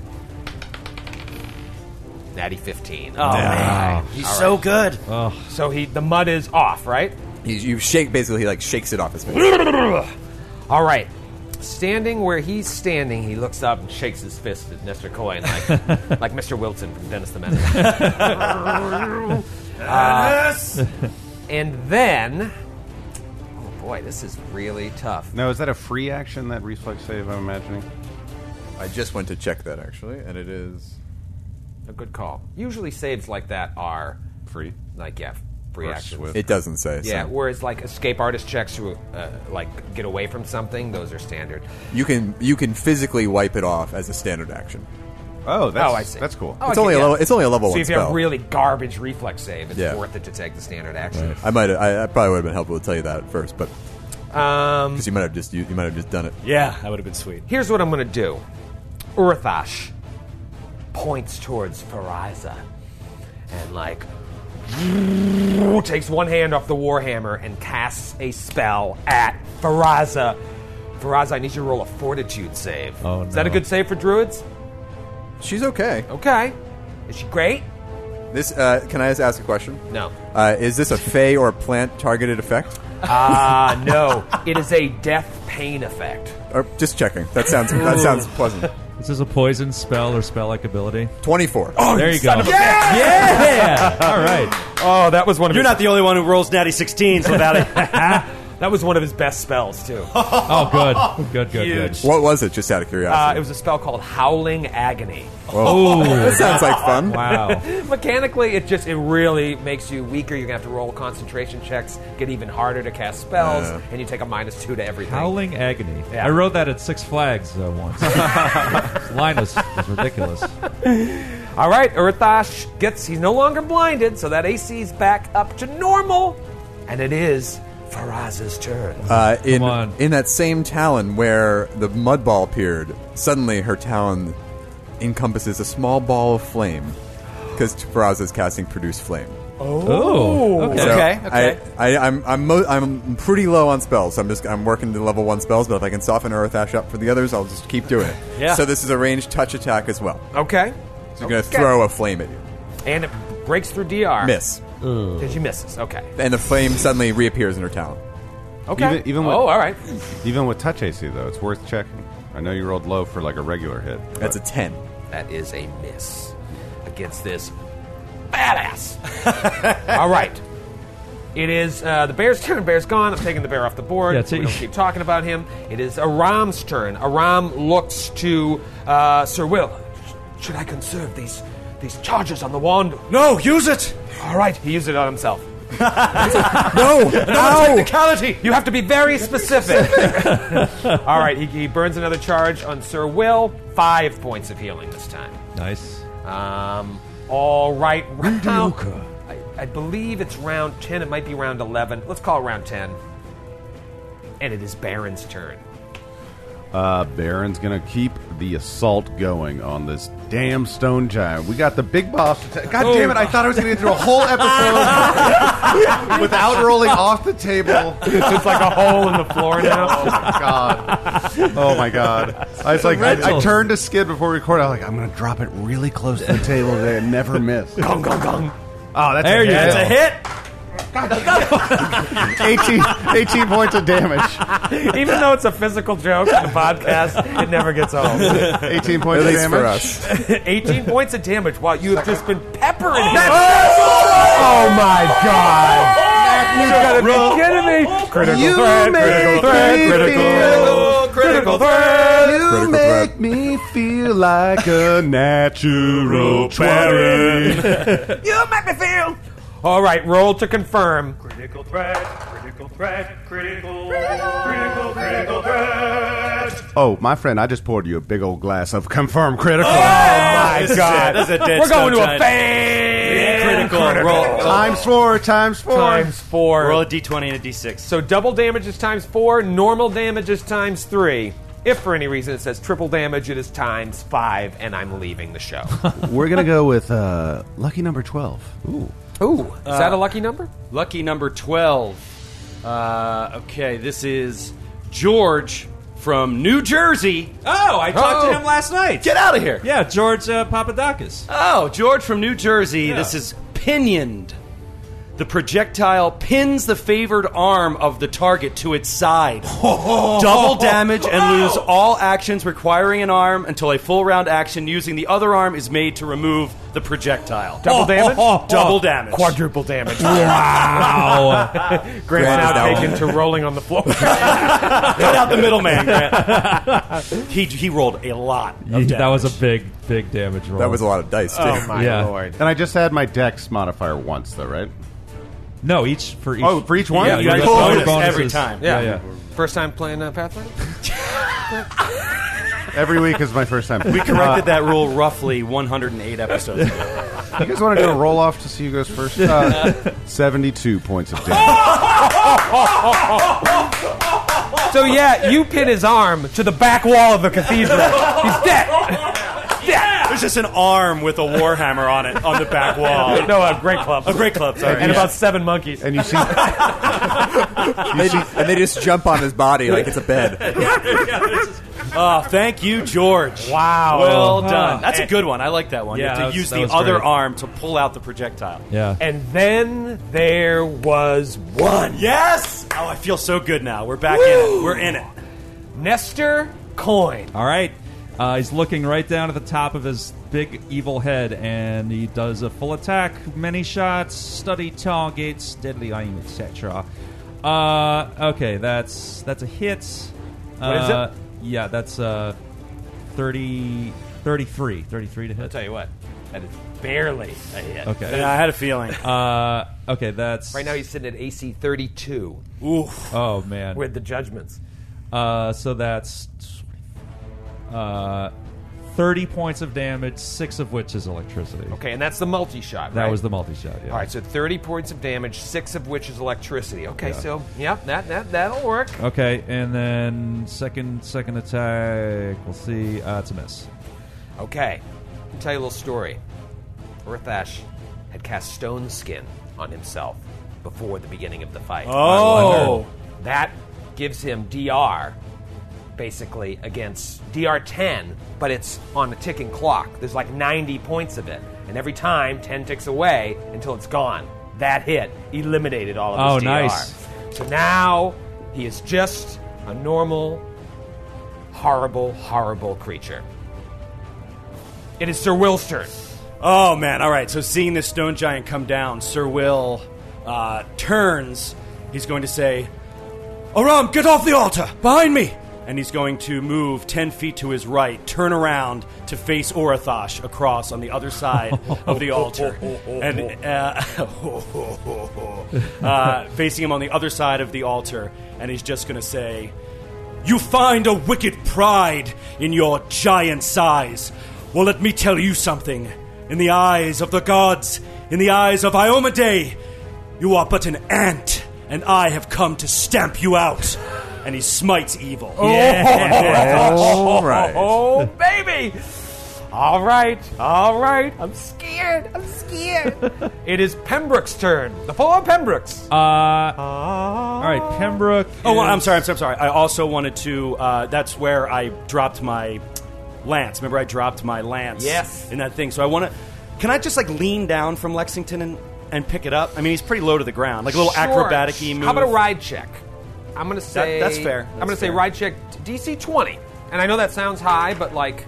Speaker 4: Natty 15.
Speaker 5: Oh man, he's so good.
Speaker 4: So he the mud is off, right?
Speaker 6: He, you shake basically he like shakes it off his face.
Speaker 4: All right. Standing where he's standing, he looks up and shakes his fist at Mr. Coyne like, like Mr. Wilson from Dennis the Menace. Uh,
Speaker 5: Yes.
Speaker 4: and then, oh boy, this is really tough.
Speaker 7: Now, is that a free action, that reflex save I'm imagining?
Speaker 6: I just went to check that actually, and it is
Speaker 4: A good call. Usually saves like that are
Speaker 7: Free.
Speaker 4: like yeah, free
Speaker 7: Or
Speaker 4: actions.
Speaker 7: swift.
Speaker 6: it doesn't say. so.
Speaker 4: Yeah, whereas like escape artist checks to uh, like get away from something, those are standard.
Speaker 6: you can you can physically wipe it off as a standard action.
Speaker 7: Oh, that's,
Speaker 4: oh, I see.
Speaker 7: That's cool.
Speaker 4: Oh,
Speaker 6: It's
Speaker 4: okay,
Speaker 6: only a
Speaker 4: yeah.
Speaker 6: level. It's only a level
Speaker 4: So
Speaker 6: one
Speaker 4: if you have
Speaker 6: spell.
Speaker 4: really garbage reflex save, it's
Speaker 6: Yeah.
Speaker 4: worth it to take the standard action.
Speaker 6: I might. I, I probably would have been helpful to tell you that at first, but
Speaker 4: Um,
Speaker 6: because you might have just you, you might have just done it.
Speaker 5: yeah, that would have been sweet.
Speaker 4: here's what I'm going to do. Urthash points towards Fariza and like takes one hand off the warhammer and casts a spell at Fariza. Fariza, I need you to roll a fortitude save.
Speaker 3: Oh,
Speaker 4: Is that a
Speaker 3: no.
Speaker 4: good save for druids?
Speaker 6: She's okay.
Speaker 4: Okay. Is she great?
Speaker 6: This uh, can I just ask a question?
Speaker 4: No.
Speaker 6: Uh, is this a fey or a plant targeted effect?
Speaker 4: Ah, no. It is a death pain effect.
Speaker 6: Or just checking. That sounds that sounds pleasant.
Speaker 3: This is a poison spell or spell-like ability.
Speaker 6: Twenty four.
Speaker 3: there you go. yeah, yeah. all right.
Speaker 4: Oh, that was one of
Speaker 5: You're not the only one who rolls natty 16s without it.
Speaker 4: That was one of his best spells too.
Speaker 3: Oh, good, good, good, good.
Speaker 6: What was it? Just out
Speaker 4: Uh,
Speaker 6: of curiosity.
Speaker 4: it was a spell called Howling Agony.
Speaker 6: that sounds like fun.
Speaker 3: Wow.
Speaker 4: Mechanically, it just it really makes you weaker. You're gonna have to roll concentration checks, get even harder to cast spells,
Speaker 6: Yeah.
Speaker 4: and you take a minus two to everything.
Speaker 3: Howling agony.
Speaker 4: Yeah.
Speaker 3: I rode that at Six Flags uh, once. Linus was ridiculous.
Speaker 4: All right, Urthash gets he's no longer blinded, so that AC's back up to normal, and it is Faraz's turn.
Speaker 6: Uh, in
Speaker 3: Come on.
Speaker 6: in that same talon where the mud ball appeared, suddenly her talon encompasses a small ball of flame because Faraz is casting produce flame.
Speaker 3: Oh, okay.
Speaker 6: So
Speaker 5: Okay, okay.
Speaker 6: I, I, I'm I'm, mo- I'm pretty low on spells. So I'm just I'm working the level one spells, but if I can soften Earth Ash up for the others, I'll just keep doing it.
Speaker 5: Yeah.
Speaker 6: So this is a ranged touch attack as well.
Speaker 4: okay,
Speaker 6: So you're gonna throw a flame at you,
Speaker 4: and it breaks through DR.
Speaker 6: miss,
Speaker 4: Did you miss this? Okay.
Speaker 6: and the flame suddenly reappears in her talon.
Speaker 4: Okay.
Speaker 7: Even- even with-
Speaker 4: oh, all right.
Speaker 7: Even with touch AC, though, it's worth checking. I know you rolled low for like a regular hit.
Speaker 6: That's a ten.
Speaker 4: That is a miss against this badass. All right. It is uh, the bear's turn. Bear's gone. I'm taking the bear off the board.
Speaker 3: Yeah, it's-
Speaker 4: we don't keep talking about him. It is Aram's turn. Aram looks to uh, Sir Will. Should I conserve these these charges on the wand?
Speaker 5: no, use it.
Speaker 4: All right, he used it on himself.
Speaker 6: No, no.
Speaker 4: Technicality. You have to be very specific. All right, he, he burns another charge on Sir Will. Five points of healing this time.
Speaker 3: Nice.
Speaker 4: Um, all right, round. I, I believe it's round 10. It might be round 11. Let's call it round 10. And it is Baron's turn.
Speaker 7: Uh, Baron's gonna keep the assault going on this damn stone giant. We got the big boss. atta- God damn it! I thought I was gonna get through a whole episode without rolling off the table.
Speaker 4: It's just like a hole in the floor
Speaker 7: Oh
Speaker 4: now.
Speaker 7: my god! Oh my god! I was like, I, I turned to skid before we recorded. I was like, I'm gonna drop it really close to the table today and never miss. Gong gong gong. Oh, that's
Speaker 3: There
Speaker 7: a
Speaker 3: you
Speaker 7: hit.
Speaker 3: go.
Speaker 5: That's a hit.
Speaker 7: 18, 18 points of damage.
Speaker 4: Even though it's a physical joke on the podcast, it never gets old.
Speaker 7: 18 points of
Speaker 6: At least
Speaker 7: damage.
Speaker 6: for us.
Speaker 4: 18 points of damage. Wow, you have just been peppering him.
Speaker 7: Oh my god!
Speaker 4: You've got to be kidding me. Critical threat, critical threat, critical, critical threat.
Speaker 6: Critical threat.
Speaker 7: me feel like a natural parent.
Speaker 4: You make me feel. All right, roll to confirm.
Speaker 9: Critical threat, critical threat, critical, critical, critical threat.
Speaker 7: Oh, my friend, I just poured you a big old glass of confirm critical.
Speaker 4: Oh, My God,
Speaker 5: That's a dead
Speaker 4: we're going
Speaker 5: stone
Speaker 4: to a
Speaker 5: giant.
Speaker 4: fan.
Speaker 5: Critical. Roll,
Speaker 7: Times four, times four.
Speaker 4: times four.
Speaker 5: roll a d20 and a d6.
Speaker 4: So double damage is times four. Normal damage is times three. If for any reason it says triple damage, it is times five, and I'm leaving the show.
Speaker 7: We're gonna go with uh, lucky number twelve. Ooh,
Speaker 4: Ooh, is that a lucky number?
Speaker 5: Lucky number 12. Uh, okay, this is George from New Jersey.
Speaker 3: Oh, I
Speaker 4: talked to him
Speaker 3: last night.
Speaker 5: Get out of here.
Speaker 3: Yeah, George uh, Papadakis.
Speaker 5: Oh, George from New Jersey.
Speaker 3: Yeah.
Speaker 5: This is pinioned. The projectile pins the favored arm of the target to its side. Double damage and lose all actions requiring an arm until a full round action using the other arm is made to remove the projectile.
Speaker 3: Oh.
Speaker 4: Double damage?
Speaker 5: Double damage.
Speaker 4: Quadruple damage. Wow. Grant's
Speaker 6: is
Speaker 4: now
Speaker 6: down.
Speaker 4: taken to rolling on the floor.
Speaker 5: Cut out the middleman, Grant. he, he rolled a lot. Of damage.
Speaker 3: That was a big, big damage roll.
Speaker 6: That was a lot of dice. Too.
Speaker 5: Oh,
Speaker 3: yeah.
Speaker 7: And I just had my dex modifier once, though, right?
Speaker 3: No, each for each.
Speaker 7: Oh, for each one?
Speaker 3: Yeah, you
Speaker 7: Yeah,
Speaker 3: get
Speaker 7: cool.
Speaker 3: bonus
Speaker 5: Bonus every
Speaker 3: bonuses.
Speaker 5: time.
Speaker 3: Yeah, yeah.
Speaker 4: Yeah. First time playing uh, Pathfinder?
Speaker 7: Every week is my first time. Uh,
Speaker 5: We corrected that rule roughly 108 episodes ago.
Speaker 7: You guys want to do a roll off to see who goes first? Uh, Seventy-two points of damage.
Speaker 4: So yeah, you pin his arm to the back wall of the cathedral. He's dead.
Speaker 5: There's just an arm with a warhammer on it on the back wall.
Speaker 4: No, a Oh, uh, great club.
Speaker 5: A great club, sorry.
Speaker 4: And about seven monkeys.
Speaker 7: and you see, you
Speaker 6: They ju- and they just jump on his body like it's a bed.
Speaker 5: Oh, thank you, George.
Speaker 4: Wow.
Speaker 5: Well done. That's a good one. I like that one. You
Speaker 3: Yeah,
Speaker 5: have
Speaker 3: that
Speaker 5: to
Speaker 3: was-
Speaker 5: use
Speaker 3: that
Speaker 5: the
Speaker 3: was
Speaker 5: other
Speaker 3: great.
Speaker 5: arm to pull out the projectile.
Speaker 3: Yeah.
Speaker 4: And then there was
Speaker 5: One. Yes. Oh, I feel so good now. We're back in it. We're in it.
Speaker 4: Nestor Coin.
Speaker 3: All right. Uh, he's looking right down at the top of his big evil head, and he does a full attack, many shots, study targets, deadly aim, etc. Uh, okay, that's that's a hit. What
Speaker 4: is
Speaker 3: uh, it? Yeah, that's uh, 30, 33. 33 to hit.
Speaker 4: Tell you what, that is barely a hit.
Speaker 3: Okay.
Speaker 5: Yeah, I had a feeling.
Speaker 3: Uh, okay, that's
Speaker 4: Right now he's sitting at AC 32
Speaker 5: Oof.
Speaker 3: Oh man.
Speaker 4: with the judgments.
Speaker 3: Uh, so that's uh, thirty points of damage, six of which is electricity.
Speaker 4: Okay, and that's the multi shot.
Speaker 3: That was the multi shot. Yeah.
Speaker 4: All right, so 30 points of damage, six of which is electricity. Okay, so yeah, that that that'll work.
Speaker 3: Okay, and then second second attack. We'll see. Uh, it's a miss.
Speaker 4: Okay, let me tell you a little story. Earthash had cast Stone Skin on himself before the beginning of the fight.
Speaker 5: Oh.
Speaker 4: That gives him DR, basically, against DR 10, but it's on a ticking clock. There's like 90 points of it. And every time, 10 ticks away until it's gone. That hit eliminated all of his
Speaker 3: Oh,
Speaker 4: DR.
Speaker 3: nice.
Speaker 4: So now he is just a normal, horrible, horrible creature. It is Sir Will's turn.
Speaker 5: Oh man. All right. So seeing this stone giant come down, Sir Will uh, turns. He's going to say, "Aram, get off the altar! Behind me! and he's going to move 10 feet to his right, turn around to face Orathosh across on the other side of the altar. and uh, uh, facing him on the other side of the altar, and he's just going to say, You find a wicked pride in your giant size. Well, let me tell you something. In the eyes of the gods, in the eyes of Iomade, you are but an ant, and I have come to stamp you out. And he smites evil.
Speaker 6: All right.
Speaker 4: Oh, baby! All right, all right. I'm scared. I'm scared. it is Pembroke's turn. The full on Pembroke's.
Speaker 3: Uh, all right, Pembroke.
Speaker 5: Oh, well,
Speaker 3: is-
Speaker 5: I'm sorry, I'm sorry, I'm sorry. I also wanted to. Uh, that's where I dropped my lance. Remember, I dropped my lance.
Speaker 4: Yes.
Speaker 5: In that thing. So I want to. Can I just like lean down from Lexington and, and pick it up? I mean, he's pretty low to the ground, like a little
Speaker 4: Sure.
Speaker 5: acrobatic y move.
Speaker 4: How about a ride check? I'm gonna say
Speaker 5: that's fair.
Speaker 4: I'm
Speaker 5: That's
Speaker 4: gonna say
Speaker 5: fair.
Speaker 4: ride check DC 20. And I know that sounds high, but like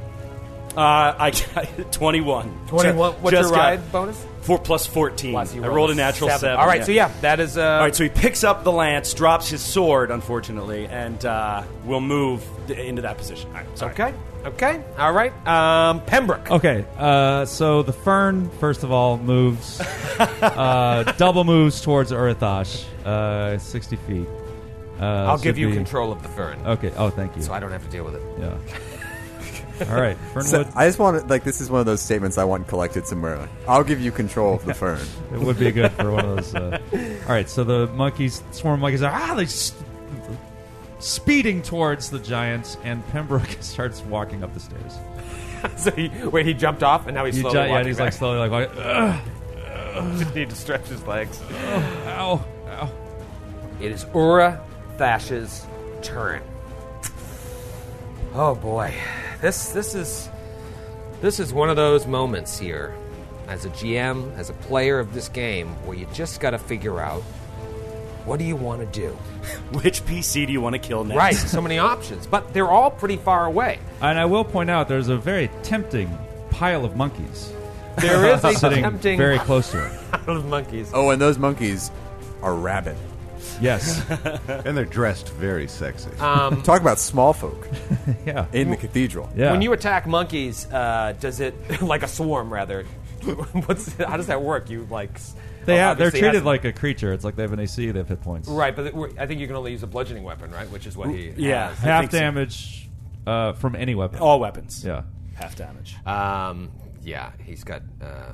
Speaker 5: Uh, I 21. Ju-
Speaker 4: What's
Speaker 5: just
Speaker 4: your
Speaker 5: got
Speaker 4: ride bonus?
Speaker 5: Four plus 14.
Speaker 4: Plus you
Speaker 5: I rolled a natural seven.
Speaker 4: All right, so yeah, that is. Uh,
Speaker 5: All right, so he picks up the lance, drops his sword, unfortunately, and uh, will move th- into that position. All right, sorry.
Speaker 4: Okay. Okay. All right. Um, Pembroke.
Speaker 5: Oh,
Speaker 3: Okay, uh, so the fern, first of all, moves, uh, double moves towards Urathosh, uh, 60 feet. Uh,
Speaker 4: I'll
Speaker 3: so
Speaker 4: give you
Speaker 3: the-
Speaker 4: control of the fern,
Speaker 3: Okay, oh, thank you.
Speaker 4: so I don't have to deal with it.
Speaker 3: Yeah. all right,
Speaker 6: So
Speaker 3: Fernwood,
Speaker 6: I just want to, like this is one of those statements I want collected somewhere. Like, I'll give you control of the fern.
Speaker 3: it would be good for one of those. Uh, all right, so the monkeys, swarm monkeys are, ah, they s speeding towards the giants, and Pembroke starts walking up the stairs.
Speaker 4: so he, wait, he jumped off, and now he's
Speaker 3: He
Speaker 4: slowly
Speaker 3: ju- yeah,
Speaker 4: walking
Speaker 3: and he's like
Speaker 4: back.
Speaker 3: slowly like, walking, "Ugh,
Speaker 4: need to stretch his legs.
Speaker 3: ow, ow.
Speaker 4: It is Ura Thash's turn. Oh boy, this this is this is one of those moments here, as a GM, as a player of this game, where you just got to figure out what do you want to do.
Speaker 5: Which PC do you want to kill next?
Speaker 4: Right, so many options, but they're all pretty far away.
Speaker 3: And I will point out there's a very tempting pile of monkeys
Speaker 4: There is a
Speaker 3: sitting
Speaker 4: tempting
Speaker 3: very close to it.
Speaker 4: pile of monkeys.
Speaker 6: Oh, and those monkeys are rabid.
Speaker 3: Yes.
Speaker 7: And they're dressed very sexy.
Speaker 4: Uh,
Speaker 6: Talk about small folk
Speaker 3: yeah.
Speaker 6: in the cathedral.
Speaker 3: yeah.
Speaker 4: When you attack monkeys, uh, does it like a swarm rather? What's how does that work? You like s-
Speaker 3: they have, they're
Speaker 4: obviously
Speaker 3: treated
Speaker 4: has-
Speaker 3: like a creature. It's like they have an AC, they have hit points.
Speaker 4: right, but it- I think you can only use a bludgeoning weapon, right? Which is what he
Speaker 5: Yeah. I
Speaker 3: Half
Speaker 5: think so.
Speaker 3: damage uh, from any weapon.
Speaker 4: Oh.
Speaker 5: All weapons.
Speaker 3: Yeah.
Speaker 5: Half damage.
Speaker 4: Um, yeah, he's got uh,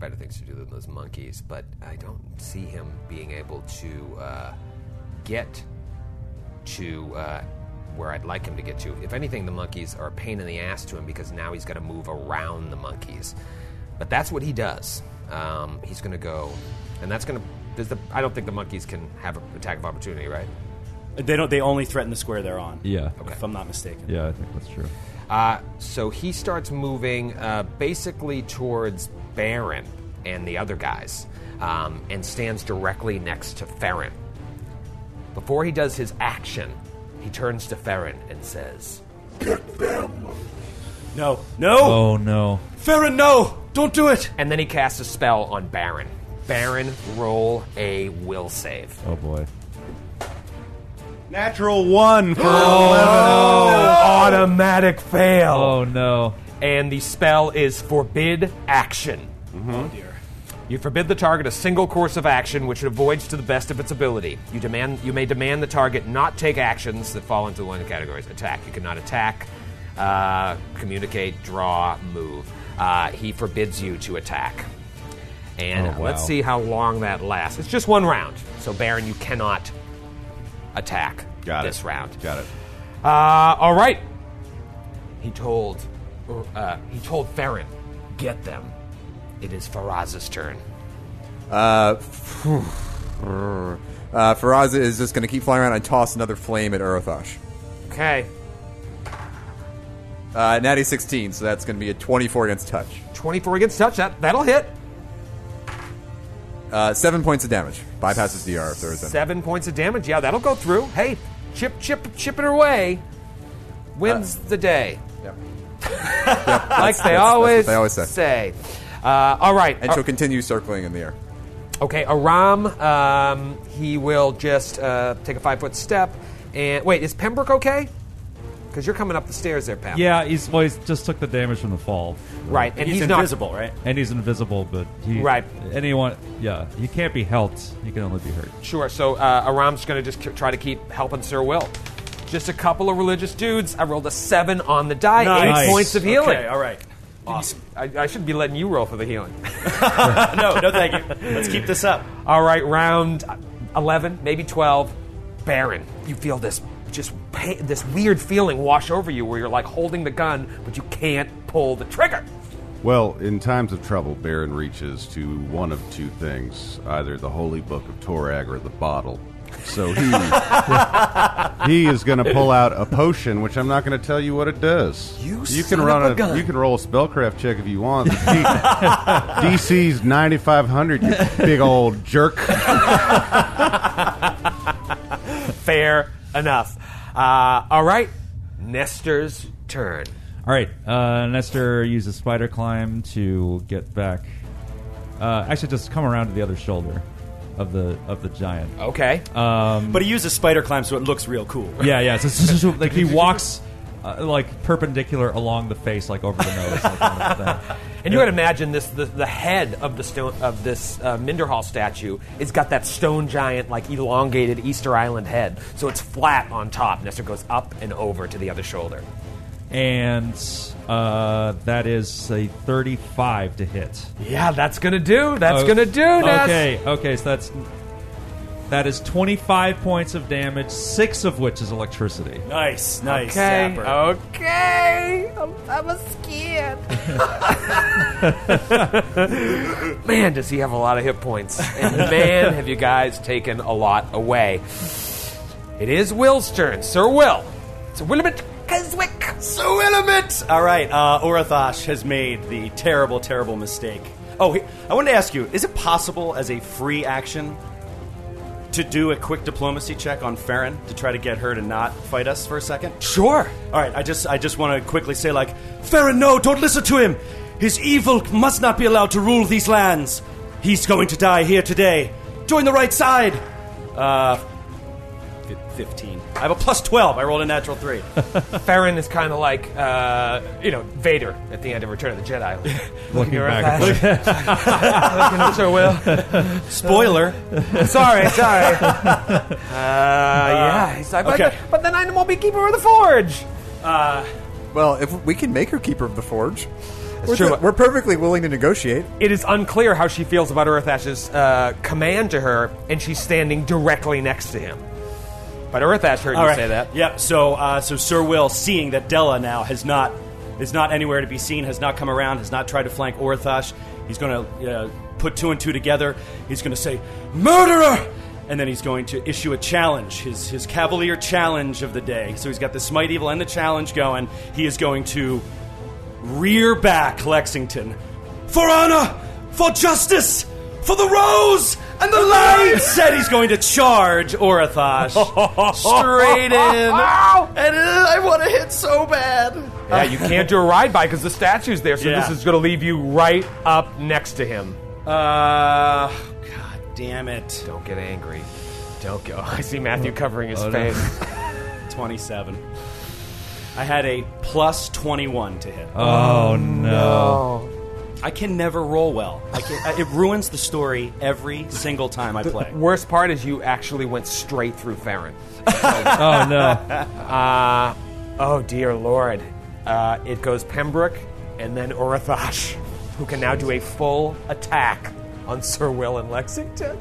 Speaker 4: better things to do than those monkeys, but I don't see him being able to uh, get to uh, where I'd like him to get to. If anything, the monkeys are a pain in the ass to him because now he's got to move around the monkeys. But that's what he does. Um, he's going to go, and that's going to. There's the. I don't think the monkeys can have an attack of opportunity, right?
Speaker 5: They don't. They only threaten the square they're on.
Speaker 3: Yeah.
Speaker 5: If I'm not mistaken.
Speaker 3: Yeah, I think that's true.
Speaker 4: Uh, so he starts moving uh, basically towards Baron and the other guys um, and stands directly next to Farron. Before he does his action, he turns to Farron and says,
Speaker 8: Get them.
Speaker 5: No. No.
Speaker 3: Oh, no.
Speaker 5: Farron, no. Don't do it.
Speaker 4: and then he casts a spell on Baron. Baron, roll a will save.
Speaker 3: Oh, boy.
Speaker 7: Natural one for 11.
Speaker 4: Automatic fail.
Speaker 3: Oh, no.
Speaker 4: and the spell is forbid action. You forbid the target a single course of action which it avoids to the best of its ability. You demand you may demand the target not take actions that fall into one of the categories: attack. You cannot attack, uh, communicate, draw, move. Uh, he forbids you to attack. And
Speaker 3: Oh, wow.
Speaker 4: let's see how long that lasts. It's just one round, so Baron, you cannot attack
Speaker 7: Got
Speaker 4: this
Speaker 7: it.
Speaker 4: round.
Speaker 7: Got it.
Speaker 4: Uh, all right. He told, uh, he told Farron, get them. It is Faraz's turn.
Speaker 6: Uh, Faraza is just going to keep flying around and toss another flame at Urathosh.
Speaker 4: Okay.
Speaker 6: Uh, natty 16, so that's going to be a 24 against touch.
Speaker 4: 24 against touch. That, that'll hit.
Speaker 6: Uh, seven points of damage. Bypasses DR if there is any.
Speaker 4: Seven points of damage. Yeah, that'll go through. Hey, chip, chip, chip it away. Wins the day.
Speaker 6: Yep.
Speaker 4: like they,
Speaker 6: Uh, that's what
Speaker 4: always
Speaker 6: they always say.
Speaker 4: Uh, all right.
Speaker 6: And she'll continue circling in the air.
Speaker 4: Okay, Aram, um, he will just uh, take a five foot step. And wait, is Pembroke okay? Because you're coming up the stairs there, Pam.
Speaker 3: Yeah, he's well, he's just took the damage from the fall,
Speaker 4: Right, and
Speaker 5: He's,
Speaker 4: he's, not
Speaker 5: invisible, right?
Speaker 3: and he's invisible. But he,
Speaker 4: Right.
Speaker 3: anyone, yeah, he can't be helped. He can only be hurt.
Speaker 4: Sure. So uh, Aram's going to just k- try to keep helping Sir Will. Just a couple of religious dudes. I rolled a seven on the die,
Speaker 5: Nice.
Speaker 4: eight points of healing.
Speaker 5: Okay, all right. Awesome.
Speaker 4: I, I shouldn't be letting you roll for the healing.
Speaker 5: no, no, thank you. Let's keep this up.
Speaker 4: All right, round uh, 11, maybe 12. Baron, you feel this just pa- this weird feeling wash over you where you're like holding the gun, but you can't pull the trigger.
Speaker 7: Well, in times of trouble, Baron reaches to one of two things either the holy book of Torag or the bottle. So he he is going to pull out a potion, which I'm not going to tell you what it does.
Speaker 4: You
Speaker 7: can
Speaker 4: son
Speaker 7: run
Speaker 4: of a gun.
Speaker 7: you can roll a spellcraft check if you want. The D- DC's 9500, you big old jerk.
Speaker 4: Fair enough. Uh, all right, Nestor's turn.
Speaker 3: All right, uh, Nestor uses spider climb to get back. Uh, actually, just come around to the other shoulder of the of the giant.
Speaker 4: Okay.
Speaker 5: But he uses spider climb, so it looks real cool.
Speaker 3: Yeah, yeah. So, so- so- like he walks uh, like perpendicular along the face, like over the nose. like, kind of thing.
Speaker 4: and you would imagine this the, the head of the stone of this uh, Minderhall statue. It's got that stone giant like elongated Easter Island head, so it's flat on top. Nestor goes up and over to the other shoulder.
Speaker 3: and uh, that is a thirty-five to hit.
Speaker 4: Yeah, that's gonna do. That's
Speaker 3: Oh,
Speaker 4: gonna do. Ness.
Speaker 3: Okay, okay. So that's that is twenty-five points of damage, six of which is electricity.
Speaker 5: Nice, nice.
Speaker 4: Okay.
Speaker 5: Zapper.
Speaker 4: Okay. I'm, I'm a scared. man, does he have a lot of hit points? And man, have you guys taken a lot away? It is Will's turn. Sir Will. Sir Willamette Keswick.
Speaker 5: So element. All right, uh, Orathosh has made the terrible, terrible mistake. Oh, he- I wanted to ask you: Is it possible, as a free action, to do a quick diplomacy check on Farron to try to get her to not fight us for a second?
Speaker 4: Sure.
Speaker 5: All right, I just, I just want to quickly say, like, Farron, no, don't listen to him. His evil must not be allowed to rule these lands. He's going to die here today. Join the right side. Uh, fif- fifteen. I have a plus twelve. I rolled a natural three.
Speaker 4: Farron is kind of like, uh, you know, Vader at the end of Return of the Jedi. Looking
Speaker 3: back.
Speaker 4: Looking at Sir Will.
Speaker 5: Spoiler.
Speaker 4: Sorry, sorry. Uh, yeah. He's like, but,
Speaker 5: okay.
Speaker 4: but then I won't be Keeper of the Forge.
Speaker 6: Well, if we can make her keeper of the forge, we're,
Speaker 4: true.
Speaker 6: we're perfectly willing to negotiate.
Speaker 4: It is unclear how she feels about Earthash's uh, command to her, and she's standing directly next to him. But Earthash heard you say that.
Speaker 5: Yep. So, uh, so Sir Will, seeing that Della now has not is not anywhere to be seen, has not come around, has not tried to flank Orthosh. He's going to uh, put two and two together. He's going to say, "Murderer!" And then he's going to issue a challenge, his his cavalier challenge of the day. So he's got the smite evil and the challenge going. He is going to rear back Lexington for honor, for justice, for the rose and the lion. Said he's going to charge Orathosh straight in, and uh, I want to hit so bad.
Speaker 4: Yeah, you can't do a ride by because the statue's there, so
Speaker 5: Yeah.
Speaker 4: this is going to leave you right up next to him.
Speaker 5: Uh, god damn it!
Speaker 4: Don't get angry. Don't go. I see Matthew covering his
Speaker 3: Oh, no.
Speaker 4: face.
Speaker 5: Twenty-seven. I had a plus twenty-one to hit.
Speaker 3: Oh no!
Speaker 5: I can never roll well. I can, I- it ruins the story every single time I play.
Speaker 4: Worst part is you actually went straight through Farron.
Speaker 3: Oh no!
Speaker 4: Uh, oh dear lord. Uh, it goes Pembroke and then Orathosh, who can now do a full attack on Sir Will and Lexington.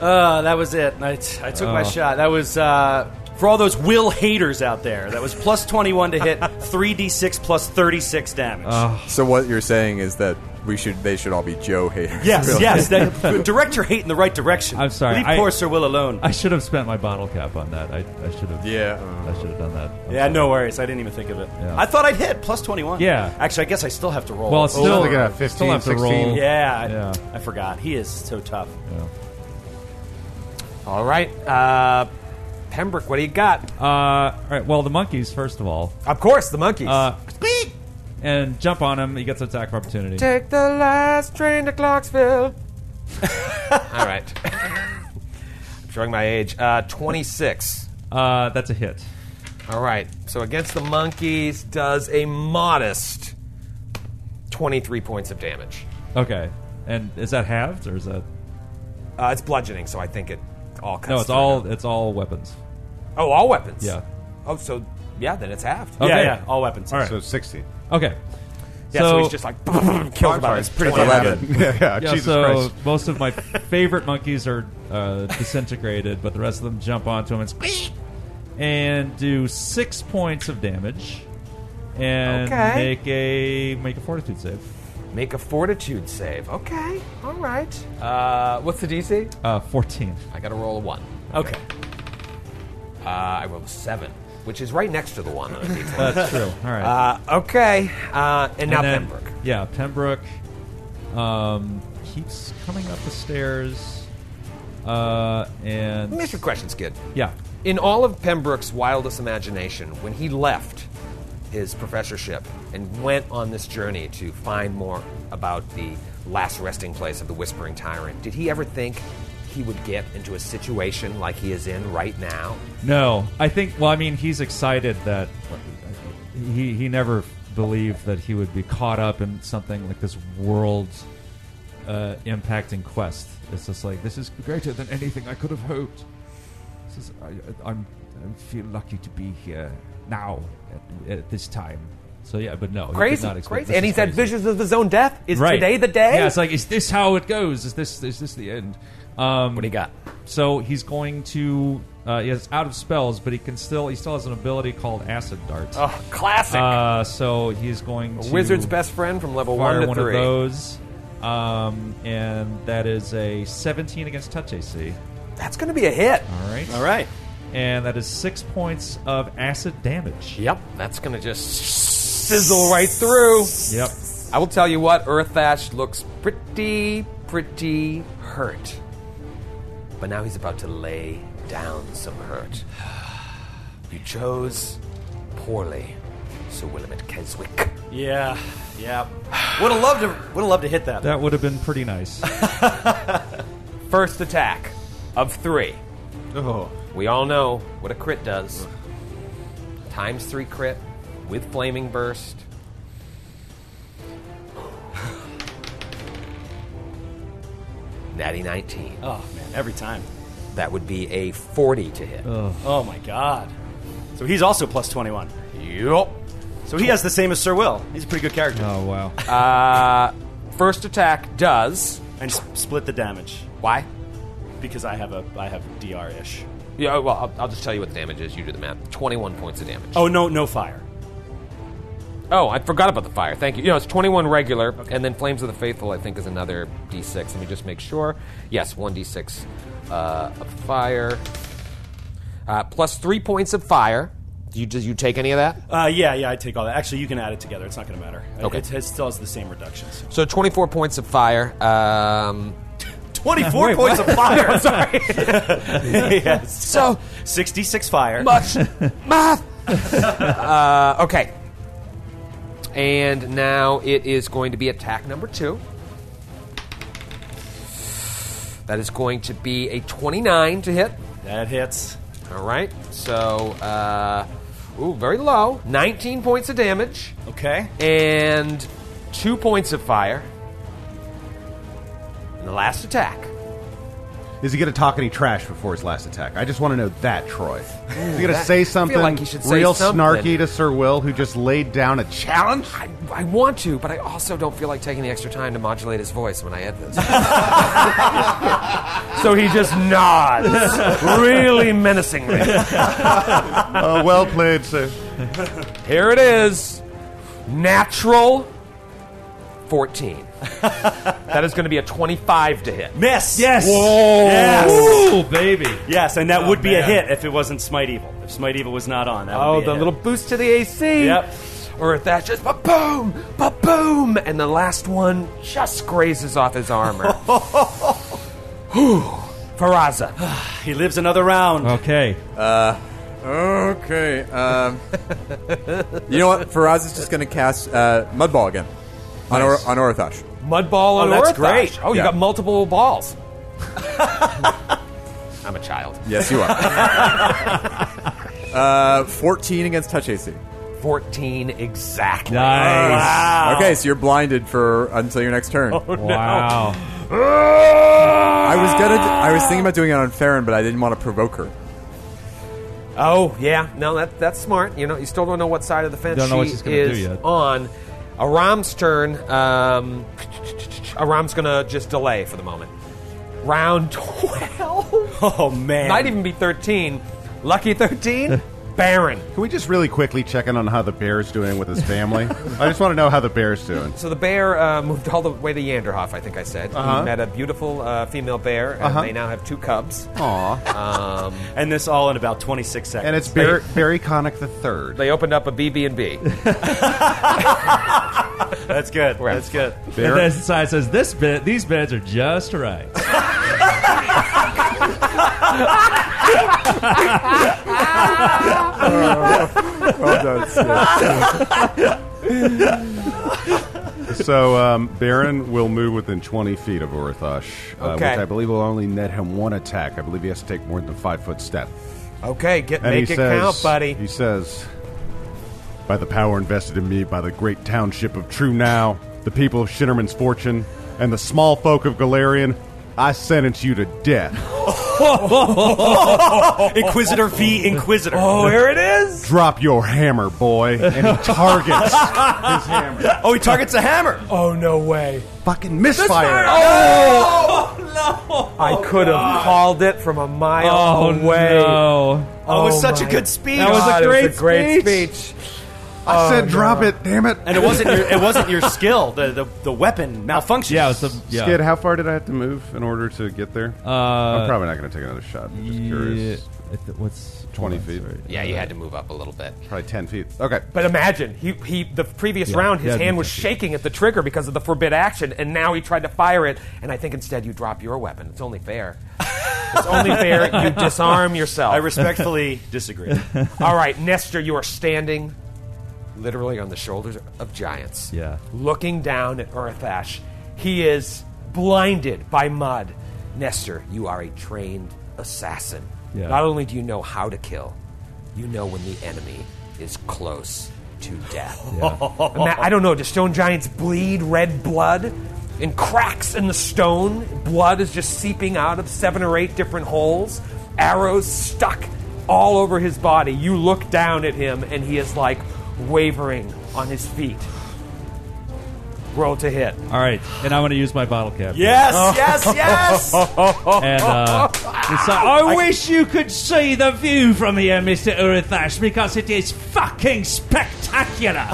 Speaker 5: Uh, that was it. I, t- I took my
Speaker 3: Oh.
Speaker 5: shot. That was uh, for all those Will haters out there. That was plus twenty one to hit, three d six plus thirty six damage.
Speaker 3: Oh,
Speaker 6: So what you're saying is that we should they should all be Joe haters.
Speaker 5: yes,
Speaker 6: really.
Speaker 5: yes. That, direct your hate in the right direction.
Speaker 3: I'm sorry,
Speaker 5: Leave
Speaker 3: I-
Speaker 5: poor Sir Will alone.
Speaker 3: I should have spent my bottle cap on that. I, I should have.
Speaker 6: Yeah.
Speaker 3: I should have done that. I'm
Speaker 5: yeah,
Speaker 3: sorry.
Speaker 5: no worries. I didn't even think of it.
Speaker 3: Yeah.
Speaker 5: I thought I'd hit plus twenty one.
Speaker 3: Yeah.
Speaker 5: Actually, I guess I still have to roll.
Speaker 3: Well, it's
Speaker 5: Oh,
Speaker 3: still,
Speaker 7: look at that,
Speaker 3: still have
Speaker 7: 15,
Speaker 3: to roll.
Speaker 7: 16.
Speaker 5: yeah. I-
Speaker 3: Yeah.
Speaker 5: I forgot. He is so tough.
Speaker 4: All right, uh, Pembroke, what do you got?
Speaker 3: Uh, all right. Well, the monkeys first of all,
Speaker 4: Of course, the monkeys.
Speaker 3: uh, and jump on him. He gets an attack of opportunity.
Speaker 4: Take the last train to Clarksville. All right, I'm showing my age. Uh, Twenty-six.
Speaker 3: Uh, that's a hit.
Speaker 4: All right. So against the monkeys does a modest 23 points of damage.
Speaker 3: Okay. And is that halved or is that
Speaker 4: Uh, it's bludgeoning, so I think it all cuts.
Speaker 3: no? It's
Speaker 4: through.
Speaker 3: all it's all weapons.
Speaker 4: Oh, all weapons.
Speaker 3: Yeah.
Speaker 4: Oh, so yeah, then it's halved.
Speaker 3: Okay.
Speaker 5: Yeah, yeah, all weapons.
Speaker 3: All right.
Speaker 7: So 16.
Speaker 3: Okay.
Speaker 4: Yeah, so, he's just like kills about It's pretty much
Speaker 6: Eleven.
Speaker 7: Yeah, yeah,
Speaker 3: yeah,
Speaker 7: Jesus
Speaker 3: so
Speaker 7: Christ.
Speaker 3: most of my favorite monkeys are uh, disintegrated, but the rest of them jump onto him and squeak and do six points of damage and
Speaker 4: Okay.
Speaker 3: make a make a fortitude save.
Speaker 4: Make a fortitude save. Okay. All right. Uh, what's the DC?
Speaker 3: Uh, Fourteen.
Speaker 4: I got to roll a one.
Speaker 5: Okay.
Speaker 4: Uh, I rolled a seven, which is right next to the one. On a D20.
Speaker 3: That's true. All right.
Speaker 4: uh, okay. Uh, and now
Speaker 3: And then-
Speaker 4: Pembroke.
Speaker 3: Yeah, Pembroke um, keeps coming up the stairs. Uh,
Speaker 4: Let me ask
Speaker 3: and
Speaker 4: you a question, Skid.
Speaker 3: yeah,
Speaker 4: In all of Pembroke's wildest imagination, when he left his professorship and went on this journey to find more about the last resting place of the Whispering Tyrant, did he ever think he would get into a situation like he is in right now?
Speaker 3: no, I think. Well, I mean, he's excited that he he never believed that he would be caught up in something like this world uh, impacting quest. It's just like this is greater than anything I could have hoped. This is, I, I'm I feel lucky to be here now at, at this time. So yeah, but no, he did
Speaker 4: Crazy,
Speaker 3: not expect-
Speaker 4: crazy.
Speaker 3: this
Speaker 4: And
Speaker 3: is
Speaker 4: he's had
Speaker 3: crazy.
Speaker 4: visions of his own death. Is
Speaker 3: Right.
Speaker 4: today the day?
Speaker 3: Yeah, it's like, is this how it goes? Is this is this the end? Um,
Speaker 4: what do you got?
Speaker 3: So he's going to. Uh, he is out of spells, but he can still. He still has an ability called Acid Dart.
Speaker 4: Oh, classic.
Speaker 3: Uh, so he's going to
Speaker 4: Wizard's best friend from level one
Speaker 3: fire
Speaker 4: to
Speaker 3: one of
Speaker 4: three.
Speaker 3: those, um, and that is a 17 against touch AC.
Speaker 4: That's going to be a hit.
Speaker 3: All right,
Speaker 5: All right.
Speaker 3: and that is six points of acid damage.
Speaker 4: Yep, that's going to just sizzle right through.
Speaker 3: Yep.
Speaker 4: I will tell you what, Earthash looks pretty, pretty hurt. But now he's about to lay down some hurt. You chose poorly, Sir Willamette Keswick.
Speaker 5: Yeah, yeah. Would have loved to. Would have loved to hit that.
Speaker 3: That would have been pretty nice.
Speaker 4: First attack of three.
Speaker 7: Oh.
Speaker 4: We all know what a crit does. Times three crit with flaming burst. Natty 19.
Speaker 5: Oh man, every time.
Speaker 4: That would be a 40 to hit.
Speaker 5: Oh my god. So he's also plus twenty-one.
Speaker 4: Yup.
Speaker 5: So he has the same as Sir Will. He's a pretty good character.
Speaker 3: oh wow.
Speaker 4: First attack does.
Speaker 5: And s- split the damage
Speaker 4: Why?
Speaker 5: because I have a I have DR ish.
Speaker 4: Yeah, well, I'll, I'll just tell you what the damage is. You do the math. 21 points of damage.
Speaker 5: Oh no, no fire.
Speaker 4: Oh, I forgot about the fire. Thank you. You know, it's 21 regular, and then Flames of the Faithful, I think, is another d6. Let me just make sure. Yes, 1d6 uh, of fire. Uh, plus three points of fire. Do you, do you take any of that?
Speaker 5: Uh, yeah, yeah, I take all that. Actually, you can add it together. It's not going to matter.
Speaker 4: Okay.
Speaker 5: It, it still has the same reductions.
Speaker 4: So 24 points of fire. Um,
Speaker 5: Twenty-four
Speaker 3: Wait,
Speaker 5: points of fire. I'm sorry. yes.
Speaker 4: so
Speaker 5: Sixty-six fire.
Speaker 4: much math. uh, okay. And now it is going to be attack number two. That is going to be a 29 to hit.
Speaker 5: That hits.
Speaker 4: All right. So, uh, ooh, very low. 19 points of damage
Speaker 5: Okay.
Speaker 4: and two points of fire. And the last attack.
Speaker 7: Is he going to talk any trash before his last attack? I just want to know that, Troy. Is he going to say something
Speaker 4: like he should say
Speaker 7: real
Speaker 4: something.
Speaker 7: snarky to Sir Will, who just laid down a challenge?
Speaker 4: I, I want to, but I also don't feel like taking the extra time to modulate his voice when I add this. so he just nods, really menacingly.
Speaker 7: Oh, well played, sir.
Speaker 4: Here it is. Natural 14. that is going to be a 25 to hit.
Speaker 5: Miss. Yes.
Speaker 4: Whoa.
Speaker 5: Yes.
Speaker 3: Ooh, baby.
Speaker 5: Yes, and that
Speaker 3: Oh,
Speaker 5: would be a
Speaker 3: man.
Speaker 5: hit if it wasn't Smite Evil. If Smite Evil was not on, that would
Speaker 4: Oh,
Speaker 5: be a
Speaker 4: the
Speaker 5: hit.
Speaker 4: little boost to the AC.
Speaker 5: Yep.
Speaker 4: Or if that's just ba boom, ba boom, and the last one just grazes off his armor. Whew. Faraza.
Speaker 5: He lives another round.
Speaker 4: Oh.
Speaker 3: Okay.
Speaker 6: Okay. Um, you know what? Faraz is just going to cast uh, Mudball again on, or- on Orathosh.
Speaker 4: Mud ball on
Speaker 5: Oh, that's
Speaker 4: Orthosh.
Speaker 5: great.
Speaker 4: Oh, you
Speaker 6: Yeah.
Speaker 4: got multiple balls. I'm a child.
Speaker 6: Yes, you are. Uh, 14 against touch AC.
Speaker 4: 14 exactly.
Speaker 3: Nice.
Speaker 6: Okay, so you're blinded for until your next turn.
Speaker 3: Wow.
Speaker 6: I was gonna, d- I was thinking about doing it on Farron, but I didn't want to provoke her.
Speaker 4: Oh yeah, no, that that's smart. You know, you still don't know what side of the fence
Speaker 3: Don't know what
Speaker 4: she
Speaker 3: she's gonna do
Speaker 4: is
Speaker 3: yet.
Speaker 4: on. Aram's turn. Um, Aram's gonna just delay for the moment. Round twelve
Speaker 5: Oh man!
Speaker 4: might even be thirteen. Lucky thirteen. Baron.
Speaker 7: Can we just really quickly check in on how the bear's doing with his family? I just want to know how the bear's doing.
Speaker 4: So the bear uh, moved all the way to Yanderhof. I think I said
Speaker 3: Uh-huh.
Speaker 4: he met a beautiful uh, female bear, and they now have two cubs.
Speaker 3: Oh.
Speaker 5: and this all in about 26 seconds.
Speaker 7: And it's Bar- Barry Connick the third.
Speaker 4: They opened up a BB and B.
Speaker 5: that's good.
Speaker 4: Right.
Speaker 5: That's good.
Speaker 3: And then side says this bed, these beds are just right.
Speaker 7: So um, Baron will move within 20 feet of Urathash, uh,
Speaker 4: Okay.
Speaker 7: which I believe will only net him one attack. I believe he has to take more than a five foot step.
Speaker 4: Okay, get
Speaker 7: And
Speaker 4: make
Speaker 7: he
Speaker 4: it
Speaker 7: says,
Speaker 4: count, buddy.
Speaker 7: He says, By the power invested in me by the great township of True Now, the people of Shinnerman's Fortune, and the small folk of Galarian, I sentence you to death.
Speaker 5: Inquisitor v Inquisitor.
Speaker 4: Oh, here it is.
Speaker 7: Drop your hammer, boy. And he targets his hammer.
Speaker 5: Oh, he targets a hammer.
Speaker 4: Oh no way.
Speaker 7: Fucking misfire.
Speaker 4: I could have called it from a mile
Speaker 3: Oh
Speaker 4: away.
Speaker 3: no!
Speaker 5: Oh, it was
Speaker 4: Oh,
Speaker 5: such a
Speaker 4: my
Speaker 5: good speech.
Speaker 3: That was a
Speaker 4: God, it
Speaker 3: great
Speaker 4: was a great
Speaker 3: speech.
Speaker 4: speech.
Speaker 7: I said, drop it, damn it.
Speaker 5: and it wasn't your it wasn't your skill. The the, the weapon malfunctioned.
Speaker 3: Yeah, it was the yeah.
Speaker 7: Skid, how far did I have to move in order to get there?
Speaker 4: Uh,
Speaker 7: I'm probably not going to take another shot. I'm just curious.
Speaker 3: Yeah, it- what's
Speaker 7: 20
Speaker 3: hold on,
Speaker 7: feet.
Speaker 3: sorry.
Speaker 4: Yeah, you had to move up a little bit.
Speaker 7: Probably 10 feet. Okay.
Speaker 4: But imagine he, he the previous
Speaker 3: Yeah,
Speaker 4: round
Speaker 3: yeah,
Speaker 4: his
Speaker 3: it'd be
Speaker 4: hand was
Speaker 3: tough.
Speaker 4: shaking at the trigger because of the forbid action, and now he tried to fire it. And I think instead you drop your weapon. It's only fair. it's only fair you disarm yourself.
Speaker 5: I respectfully disagree.
Speaker 4: All right, Nestor, you are standing literally on the shoulders of giants.
Speaker 3: Yeah.
Speaker 4: Looking down at Urathash. He is blinded by mud. Nestor, you are a trained assassin.
Speaker 3: Yeah.
Speaker 4: Not only do you know how to kill, you know when the enemy is close to death. Ima- I don't know, do stone giants bleed red blood? And cracks in the stone, blood is just seeping out of seven or eight different holes, arrows stuck all over his body. You look down at him, and he is like wavering on his feet. Roll to hit.
Speaker 3: All right, and I'm going to use my bottle cap.
Speaker 5: yes,
Speaker 4: Oh.
Speaker 5: yes, yes.
Speaker 3: And uh, it's like, I, wish you could see the view from here, Mr. Urathash, because it is fucking spectacular.